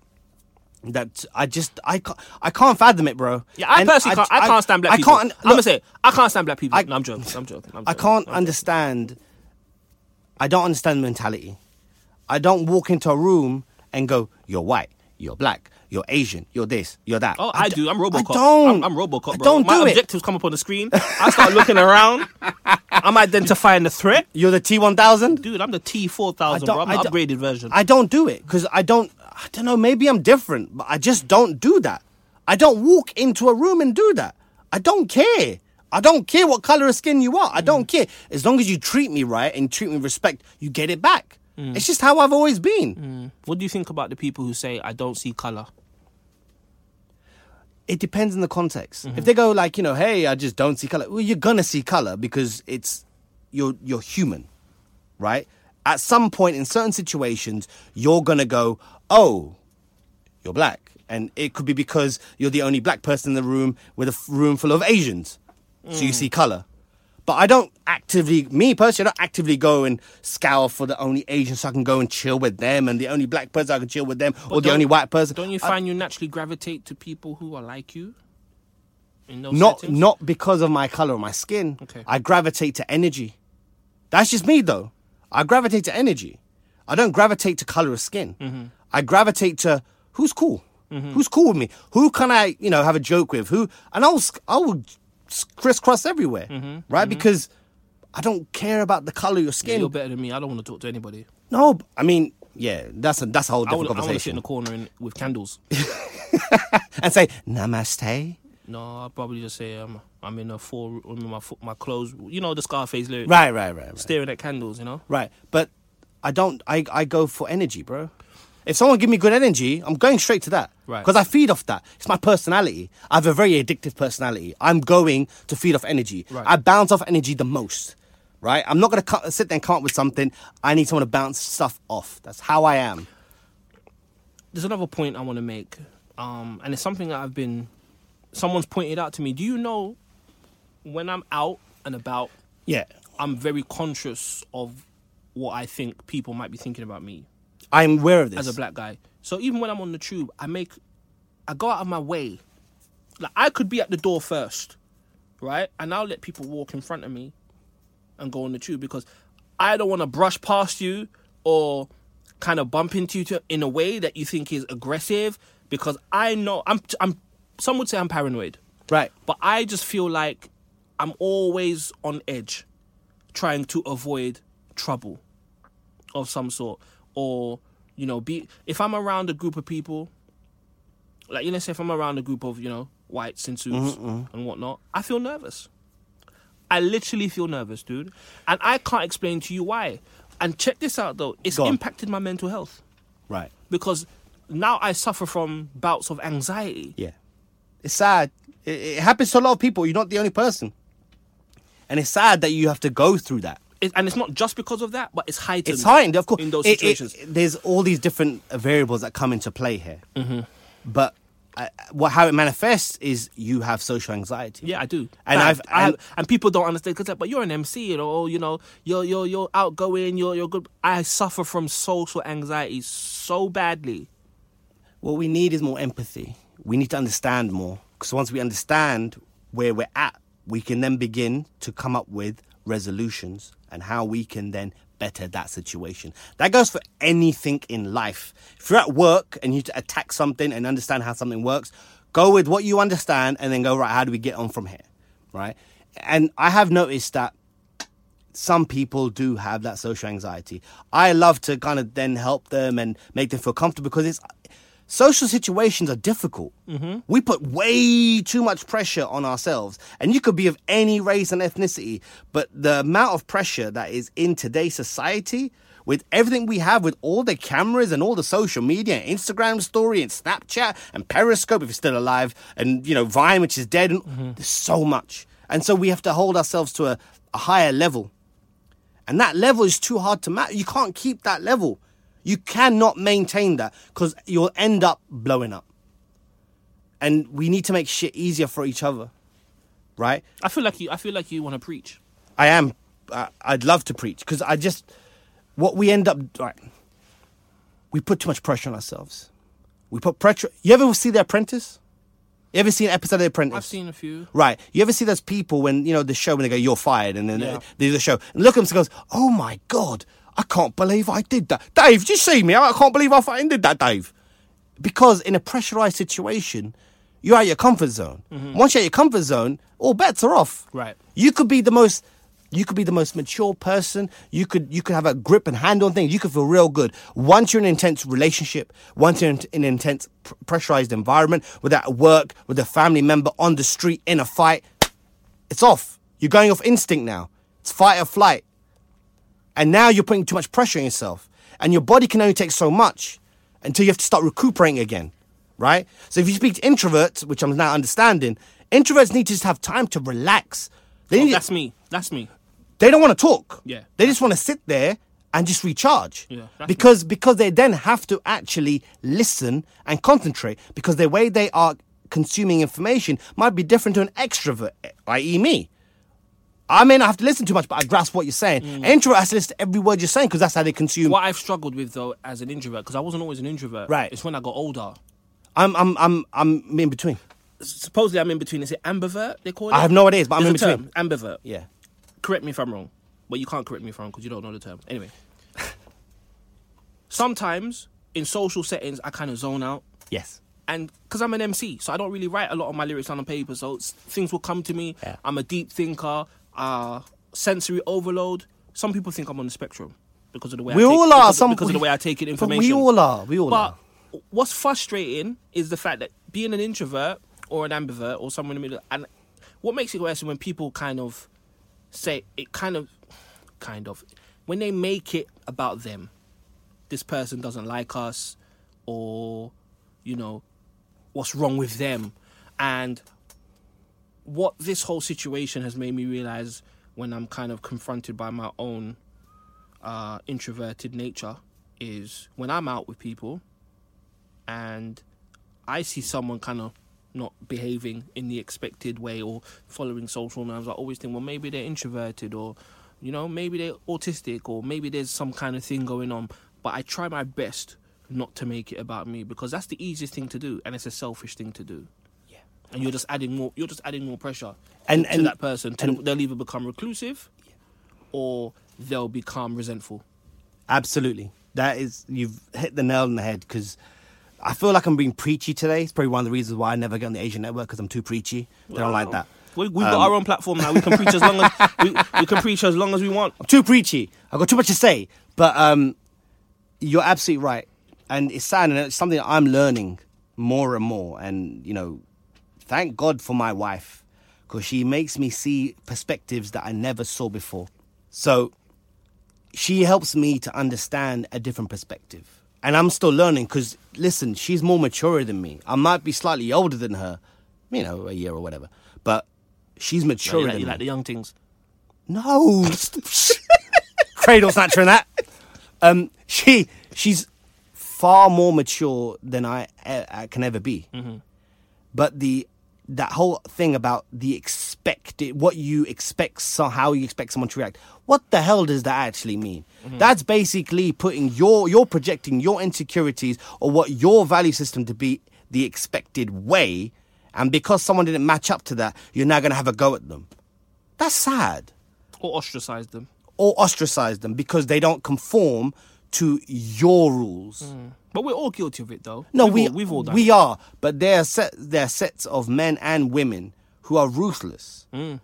Speaker 1: that I just I can't, I can't fathom it, bro.
Speaker 2: Yeah, I
Speaker 1: And
Speaker 2: personally can't. I, can't stand black
Speaker 1: I
Speaker 2: people.
Speaker 1: can't.
Speaker 2: I'm
Speaker 1: look,
Speaker 2: gonna say it. I can't stand black people. no, I'm joking. I'm joking. I'm
Speaker 1: I
Speaker 2: joking.
Speaker 1: can't
Speaker 2: I'm joking.
Speaker 1: understand. I don't understand the mentality. I don't walk into a room and go, "You're white, you're black, you're Asian, you're this, you're that."
Speaker 2: Oh, I,
Speaker 1: d-
Speaker 2: do. I'm
Speaker 1: I
Speaker 2: RoboCop.
Speaker 1: don't.
Speaker 2: I'm, I'm RoboCop. Bro.
Speaker 1: I don't
Speaker 2: My
Speaker 1: do it.
Speaker 2: objectives come up on the screen. I start looking around. I'm identifying the threat.
Speaker 1: You're the T1000?
Speaker 2: Dude, I'm the
Speaker 1: I
Speaker 2: T4000,
Speaker 1: don't-
Speaker 2: bro. I'm
Speaker 1: I
Speaker 2: the
Speaker 1: don't-
Speaker 2: upgraded version.
Speaker 1: I don't do it because I don't, I don't know, maybe I'm different, but I just don't do that. I don't walk into a room and do that. I don't care. I don't care what color of skin you are. I
Speaker 2: Mm.
Speaker 1: don't care. As long as you treat me right and treat me with respect, you get it back.
Speaker 2: Mm.
Speaker 1: It's just how I've always been.
Speaker 2: what do you think about the people who say, I don't see color?
Speaker 1: it depends on the context. If they go like, you know, hey, I just don't see color. Well, you're gonna see color because it's you're you're human, right? At some point in certain situations, you're gonna go, oh, you're black, and it could be because you're the only black person in the room with a f- room full of Asians, so you see color. But I don't actively, me personally, I don't actively go and scour for the only Asian so I can go and chill with them, and the only black person I can chill with them, or the
Speaker 2: don't-
Speaker 1: only white person.
Speaker 2: Don't you
Speaker 1: I-
Speaker 2: find you naturally gravitate to people who are like you? In those
Speaker 1: not
Speaker 2: settings?
Speaker 1: not because of my color or my skin.
Speaker 2: Okay.
Speaker 1: I gravitate to energy. That's just me though. I gravitate to energy. I don't gravitate to color of skin.
Speaker 2: Mm-hmm.
Speaker 1: I gravitate to who's cool. Who's cool with me? Who can I, you know, have a joke with? Who and I'll sc- I will s- crisscross everywhere,
Speaker 2: Mm-hmm.
Speaker 1: right? Because I don't care about the color of your skin.
Speaker 2: You're better than me. I don't want to talk to anybody.
Speaker 1: no, b- I mean, yeah, that's a that's a whole
Speaker 2: I
Speaker 1: different
Speaker 2: want, I want to
Speaker 1: conversation.
Speaker 2: sit in the corner and, with candles.
Speaker 1: and say namaste.
Speaker 2: no, I'll probably just say um, I'm in a four. I'm in my fo- my clothes. You know the Scarface lyric.
Speaker 1: Right, right, right. right.
Speaker 2: Staring at candles. You know.
Speaker 1: Right, but I don't. I, I go for energy, bro. If someone give me good energy, I'm going straight to that.
Speaker 2: Right.
Speaker 1: Because I feed off that. It's my personality. I have a very addictive personality. I'm going to feed off energy.
Speaker 2: Right.
Speaker 1: I bounce off energy the most. Right. I'm not gonna co- sit there and come up with something. I need someone to bounce stuff off. That's how I am.
Speaker 2: There's another point I want to make, um, and it's something that I've been. Someone's pointed out to me. Do you know when I'm out and about,
Speaker 1: Yeah.
Speaker 2: I'm very conscious of what I think people might be thinking about me.
Speaker 1: I'm aware of this.
Speaker 2: as a black guy. So even when I'm on the tube, I make, I go out of my way. Like I could be at the door first, right? And I'll let people walk in front of me, and go on the tube because I don't want to brush past you or kind of bump into you to, in a way that you think is aggressive. Because I know I'm, I'm. Some would say I'm paranoid,
Speaker 1: right.
Speaker 2: but I just feel like I'm always on edge, trying to avoid trouble of some sort, or you know, be if I'm around a group of people, like you know, say if I'm around a group of you know whites and suits and whatnot, I feel nervous. I literally feel nervous, dude, and I can't explain to you why. And check this out though, it's
Speaker 1: Go on.
Speaker 2: impacted my mental health
Speaker 1: Right.
Speaker 2: because now I suffer from bouts of anxiety.
Speaker 1: Yeah. It's sad. It, it happens to a lot of people. You're not the only person. And it's sad that you have to go through that.
Speaker 2: it, and it's not just because of that, but it's heightened.
Speaker 1: It's heightened, of course.
Speaker 2: in those
Speaker 1: It- it-
Speaker 2: situations.
Speaker 1: there's all these different uh, variables that come into play here.
Speaker 2: Mm-hmm.
Speaker 1: But uh, what how it manifests is you have social anxiety.
Speaker 2: yeah, I do.
Speaker 1: And I've-
Speaker 2: I have,
Speaker 1: and-
Speaker 2: and people don't understand because, like, but you're an MC, you know, oh, you know, you're you're you're outgoing, you're you're good. I suffer from social anxiety so badly.
Speaker 1: What we need is more empathy. We need to understand more because once we understand where we're at, we can then begin to come up with resolutions and how we can then better that situation. That goes for anything in life. If you're at work and you need to attack something and understand how something works, go with what you understand and then go right. How do we get on from here? Right. And I have noticed that some people do have that social anxiety. I love to kind of then help them and make them feel comfortable because it's social situations are difficult. We put way too much pressure on ourselves, and you could be of any race and ethnicity, but the amount of pressure that is in today's society. With everything we have, with all the cameras and all the social media, and Instagram story and Snapchat and Periscope, if it's still alive, and you know Vine, which is dead, and there's so much, and so we have to hold ourselves to a, a higher level. And that level is too hard to match. You can't keep that level. You cannot maintain that because you'll end up blowing up. And we need to make shit easier for each other, right?
Speaker 2: I feel like you. I feel like you want to preach.
Speaker 1: I am. I, I'd love to preach because I just what we end up right. We put too much pressure on ourselves. We put pressure. You ever see The Apprentice? You ever seen an episode of The Apprentice?
Speaker 2: I've seen a few.
Speaker 1: Right. You ever see those people when, you know, the show when they go, you're fired, and then
Speaker 2: Yeah.
Speaker 1: they do the show, and look at them and goes, oh my God, I can't believe I did that. Dave, did you see me? I can't believe I fucking did that, Dave. Because in a pressurized situation, you're out of your comfort zone. Once you're out of your comfort zone, all bets are off.
Speaker 2: Right.
Speaker 1: You could be the most You could be the most mature person. You could you could have a grip and handle on things. You could feel real good. Once you're in an intense relationship, once you're in an intense pr- pressurized environment, whether at work, with a family member, on the street, in a fight, it's off. You're going off instinct now. It's fight or flight. And now you're putting too much pressure on yourself. And your body can only take so much until you have to start recuperating again, right? So if you speak to introverts, which I'm now understanding, introverts need to just have time to relax. They,
Speaker 2: Oh,
Speaker 1: need,
Speaker 2: that's me. That's me.
Speaker 1: they don't want to talk.
Speaker 2: Yeah.
Speaker 1: They just want to sit there and just recharge.
Speaker 2: Yeah, that's
Speaker 1: because because they then have to actually listen and concentrate because the way they are consuming information might be different to an extrovert, i.e. me. I may not have to listen too much, but I grasp what you're saying.
Speaker 2: Mm.
Speaker 1: An Introvert has to listen to every word you're saying because that's how they consume.
Speaker 2: What I've struggled with though, as an introvert, because I wasn't always an introvert.
Speaker 1: Right.
Speaker 2: It's when I got older.
Speaker 1: I'm I'm I'm I'm in between.
Speaker 2: Supposedly, I'm in between. Is it ambivert? They call it.
Speaker 1: I have no idea, but I'm
Speaker 2: There's
Speaker 1: in
Speaker 2: a
Speaker 1: between.
Speaker 2: Term, ambivert.
Speaker 1: Yeah.
Speaker 2: correct me if I'm wrong, but you can't correct me if I'm wrong because you don't know the term. Anyway, sometimes in social settings, I kind of zone out,
Speaker 1: Yes.
Speaker 2: and because I'm an MC, so I don't really write a lot of my lyrics down on paper, so s- things will come to me.
Speaker 1: Yeah.
Speaker 2: I'm a deep thinker, uh, sensory overload. Some people think I'm on the spectrum because of the way
Speaker 1: We
Speaker 2: I take,
Speaker 1: all are.
Speaker 2: because,
Speaker 1: some
Speaker 2: because of the way I take in
Speaker 1: But
Speaker 2: information.
Speaker 1: we all are. We all
Speaker 2: But
Speaker 1: are.
Speaker 2: what's frustrating is the fact that being an introvert or an ambivert or someone in the middle, and what makes it worse is when people kind of say it kind of, kind of, when they make it about them. This person doesn't like us, or, you know, what's wrong with them. And what this whole situation has made me realize when I'm kind of confronted by my own uh, introverted nature is when I'm out with people and I see someone kind of not behaving in the expected way or following social norms, I always think, well, maybe they're introverted or, you know, maybe they're autistic or maybe there's some kind of thing going on. But I try my best not to make it about me because that's the easiest thing to do and it's a selfish thing to do.
Speaker 1: Yeah.
Speaker 2: And you're just adding more. You're just adding more pressure
Speaker 1: And-
Speaker 2: to
Speaker 1: and-
Speaker 2: that person. To the, they'll either become reclusive, or they'll become resentful.
Speaker 1: Absolutely. That is, you've hit the nail on the head because I feel like I'm being preachy today. It's probably one of the reasons why I never get on the Asian network because I'm too preachy. They don't like that.
Speaker 2: Oh. We, we've got our own platform now. We can preach as long as we, we can preach as long as we want.
Speaker 1: I'm too preachy. I've got too much to say. But um, you're absolutely right. And it's sad, and it's something that I'm learning more and more. And, you know, thank God for my wife because she makes me see perspectives that I never saw before. So she helps me to understand a different perspective. And I'm still learning because, listen, she's more mature than me. I might be slightly older than her, you know, a year or whatever, but she's mature
Speaker 2: You
Speaker 1: than
Speaker 2: like, you
Speaker 1: me.
Speaker 2: like the young things.
Speaker 1: No, cradle snatcher and that. Um, she she's far more mature than I, uh uh, can ever be. But the that whole thing about the expected, what you expect, so how you expect someone to react. What the hell does that actually mean? That's basically putting your you're projecting your insecurities or what your value system to be the expected way, and because someone didn't match up to that, you're now going to have a go at them. That's sad
Speaker 2: or ostracize them.
Speaker 1: or ostracize them because they don't conform to your rules.
Speaker 2: But we're all guilty of it, though.
Speaker 1: No,
Speaker 2: Mm. we've
Speaker 1: we
Speaker 2: all, we've all done.
Speaker 1: we
Speaker 2: it.
Speaker 1: are, but there are set there are sets of men and women who are ruthless,
Speaker 2: Mm.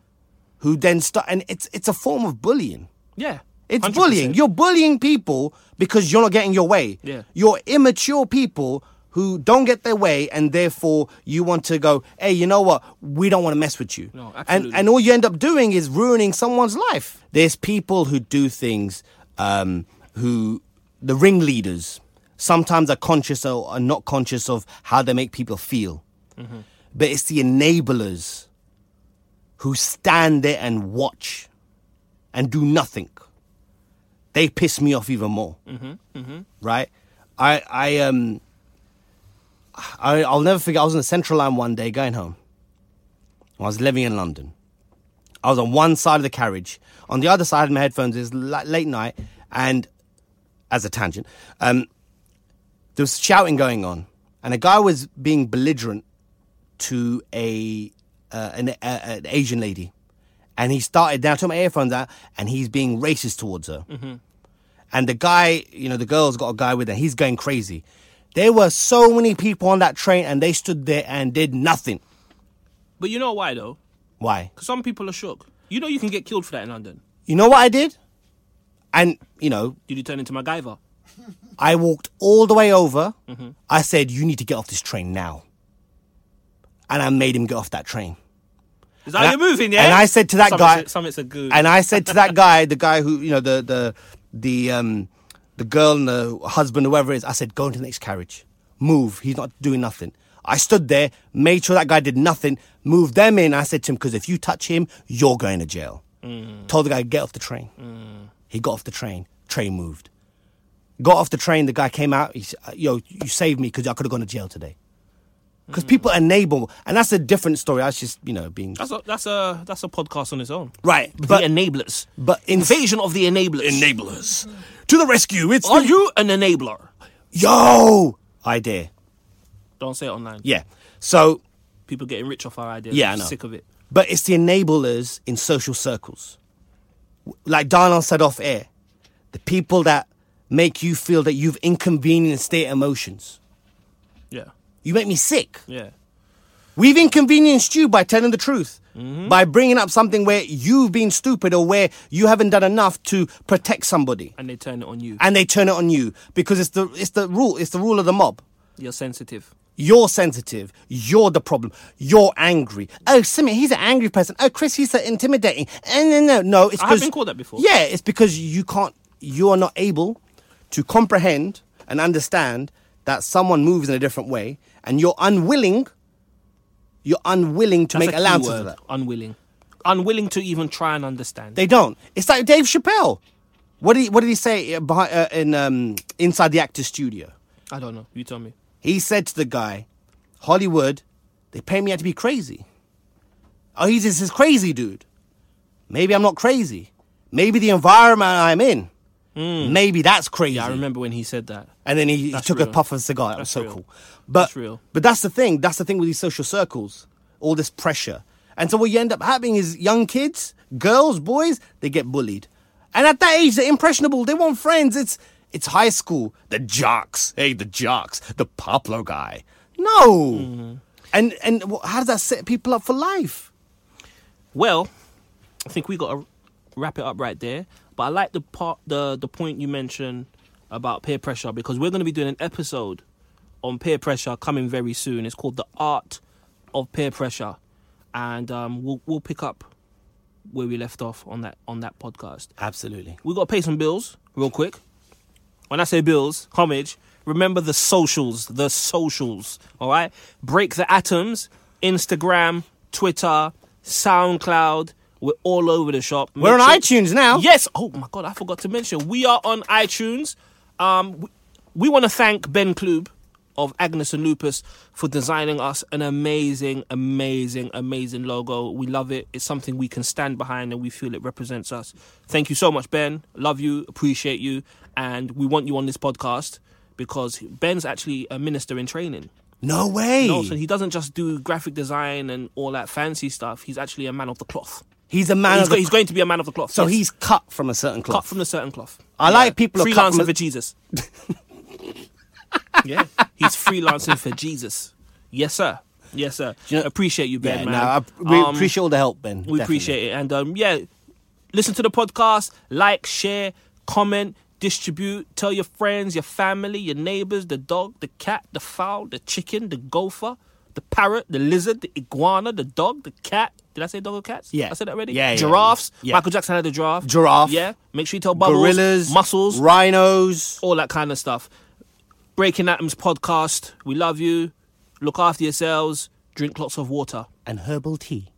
Speaker 1: who then start, and it's it's a form of bullying.
Speaker 2: yeah,
Speaker 1: It's
Speaker 2: 100%.
Speaker 1: bullying. You're bullying people because you're not getting your way.
Speaker 2: Yeah.
Speaker 1: You're immature people who don't get their way and therefore you want to go, hey, you know what? We don't want to mess with you.
Speaker 2: No,
Speaker 1: and
Speaker 2: absolutely.
Speaker 1: and all you end up doing is ruining someone's life. There's people who do things um, who the ringleaders sometimes are conscious or are not conscious of how they make people feel. But it's the enablers who stand there and watch and do nothing, they piss me off even more. Mm-hmm, Right? I I um I I'll never forget. I was in the Central Line one day going home. I was living in London. I was on one side of the carriage. On the other side of my headphones is la- late night, and as a tangent, um, there was shouting going on, and a guy was being belligerent to a uh, an, a, an Asian lady, and he started down. I took my earphones out, and he's being racist towards her. And the guy, you know, the girl's got a guy with her. He's going crazy. There were so many people on that train, and they stood there and did nothing.
Speaker 2: But you know why though?
Speaker 1: Why?
Speaker 2: Because some people are shook. You know, you can get killed for that in London.
Speaker 1: You know what I did? And, you know,
Speaker 2: Did you turn into MacGyver?
Speaker 1: I walked all the way over. I said, You need to get off this train now. And I made him get off that train.
Speaker 2: Is that how
Speaker 1: And
Speaker 2: you're
Speaker 1: I-
Speaker 2: moving? Yeah.
Speaker 1: and I said to that
Speaker 2: Summit's
Speaker 1: guy-
Speaker 2: A, Summit's a good.
Speaker 1: And I said to that guy, the guy who, you know, the, the, the, um, the girl and the husband, whoever it is, I said, Go into the next carriage. Move. He's not doing nothing. I stood there, made sure that guy did nothing, moved them in. I said to him, Because if you touch him, you're going to jail.
Speaker 2: Mm.
Speaker 1: Told the guy, Get off the train. He got off the train. Train moved. Got off the train. The guy came out. He said, "Yo, you saved me because I could have gone to jail today."
Speaker 2: Mm.
Speaker 1: Because people enable, and that's a different story. I was just, you know, being
Speaker 2: that's a that's a that's a podcast on its own.
Speaker 1: right,
Speaker 2: the
Speaker 1: but
Speaker 2: enablers.
Speaker 1: but in
Speaker 2: Invasion of the enablers.
Speaker 1: enablers to the rescue. It's
Speaker 2: Are you an enabler?
Speaker 1: yo idea.
Speaker 2: Don't say it online.
Speaker 1: Yeah. So
Speaker 2: People getting rich off our ideas.
Speaker 1: Yeah, I
Speaker 2: I'm
Speaker 1: know.
Speaker 2: Sick of it.
Speaker 1: But it's the enablers in social circles. Like Darnell said off air, the people that make you feel that you've inconvenienced their emotions.
Speaker 2: Yeah.
Speaker 1: You make me sick.
Speaker 2: Yeah.
Speaker 1: We've inconvenienced you by telling the truth,
Speaker 2: Mm-hmm.
Speaker 1: by bringing up something where you've been stupid or where you haven't done enough to protect somebody,
Speaker 2: And they turn it on you.
Speaker 1: and they turn it on you because it's the it's the rule it's the rule of the mob.
Speaker 2: You're sensitive.
Speaker 1: You're sensitive. You're the problem. You're angry. Oh, Simon, he's an angry person. Oh, Chris, he's so intimidating. And no, no, no. It's
Speaker 2: I have
Speaker 1: 'cause-
Speaker 2: been called that before.
Speaker 1: Yeah, it's because you can't. You are not able to comprehend and understand that someone moves in a different way, and you're unwilling. You're unwilling to
Speaker 2: That's
Speaker 1: make
Speaker 2: a key
Speaker 1: allowances for
Speaker 2: word,
Speaker 1: that.
Speaker 2: Unwilling. Unwilling to even try and understand.
Speaker 1: They don't. It's like Dave Chappelle. What did he, what did he say uh, behind, uh, in um, inside the actor's studio?
Speaker 2: I don't know. You tell me.
Speaker 1: He said to the guy, Hollywood, they pay me out to be crazy. Oh, he's just this crazy dude. Maybe I'm not crazy. Maybe the environment I'm in. Maybe that's crazy.
Speaker 2: I remember when he said that.
Speaker 1: And then he, he
Speaker 2: That's
Speaker 1: took a
Speaker 2: real.
Speaker 1: puff of a cigar. That was
Speaker 2: That's
Speaker 1: so
Speaker 2: real.
Speaker 1: cool. But
Speaker 2: That's real.
Speaker 1: but that's the thing. That's the thing with these social circles. All this pressure. And so what you end up having is young kids, girls, boys, they get bullied. And at that age, they're impressionable. They want friends. It's it's high school. The jocks. Hey, the jocks. The Pablo guy. No.
Speaker 2: Mm-hmm.
Speaker 1: And and wh- how does that set people up for life?
Speaker 2: Well, I think we got to wrap it up right there. But I like the part, the the point you mentioned about peer pressure because we're going to be doing an episode on peer pressure coming very soon. It's called the art of peer pressure, and um, we'll we'll pick up where we left off on that on that podcast.
Speaker 1: Absolutely.
Speaker 2: We got to pay some bills real quick. When I say bills, homage. Remember the socials, the socials. All right, break the atoms. Instagram, Twitter, SoundCloud. We're all over the shop.
Speaker 1: We're on
Speaker 2: Make sure-
Speaker 1: iTunes now.
Speaker 2: Yes. Oh my god, I forgot to mention we are on iTunes. Um, we, we want to thank Ben Klub of Agnes and Lupus for designing us an amazing, amazing, amazing logo. We love it. It's something we can stand behind, and we feel it represents us. Thank you so much, Ben. Love you, appreciate you, and we want you on this podcast because Ben's actually a minister in training.
Speaker 1: No way.
Speaker 2: No, so he doesn't just do graphic design and all that fancy stuff. He's actually a man of the cloth.
Speaker 1: he's a man.
Speaker 2: He's,
Speaker 1: of
Speaker 2: go-
Speaker 1: the-
Speaker 2: he's going to be a man of the cloth.
Speaker 1: so
Speaker 2: yes
Speaker 1: he's cut from a certain cloth.
Speaker 2: cut from a certain cloth.
Speaker 1: I like people who cut
Speaker 2: freelancing
Speaker 1: from a-
Speaker 2: for Jesus. yeah, he's freelancing for Jesus. Yes, sir. Yes, sir.
Speaker 1: you know-
Speaker 2: appreciate you, Ben.
Speaker 1: Yeah,
Speaker 2: man.
Speaker 1: no, I, we
Speaker 2: Um,
Speaker 1: appreciate all the help, Ben.
Speaker 2: we appreciate it. And um, yeah, listen to the podcast, like, share, comment, distribute, tell your friends, your family, your neighbors, the dog, the cat, the fowl, the chicken, the gopher, the parrot, the lizard, the iguana, the dog, the cat. Did I say dog or cats?
Speaker 1: Yeah.
Speaker 2: I said that already?
Speaker 1: Yeah, yeah,
Speaker 2: Giraffes.
Speaker 1: yeah.
Speaker 2: Michael Jackson had a giraffe.
Speaker 1: Giraffe.
Speaker 2: Yeah. Make sure you tell Bubbles.
Speaker 1: Gorillas,
Speaker 2: Muscles.
Speaker 1: rhinos.
Speaker 2: all that kind of stuff. Breaking Atoms podcast. We love you. Look after yourselves. Drink lots of water.
Speaker 1: and herbal tea.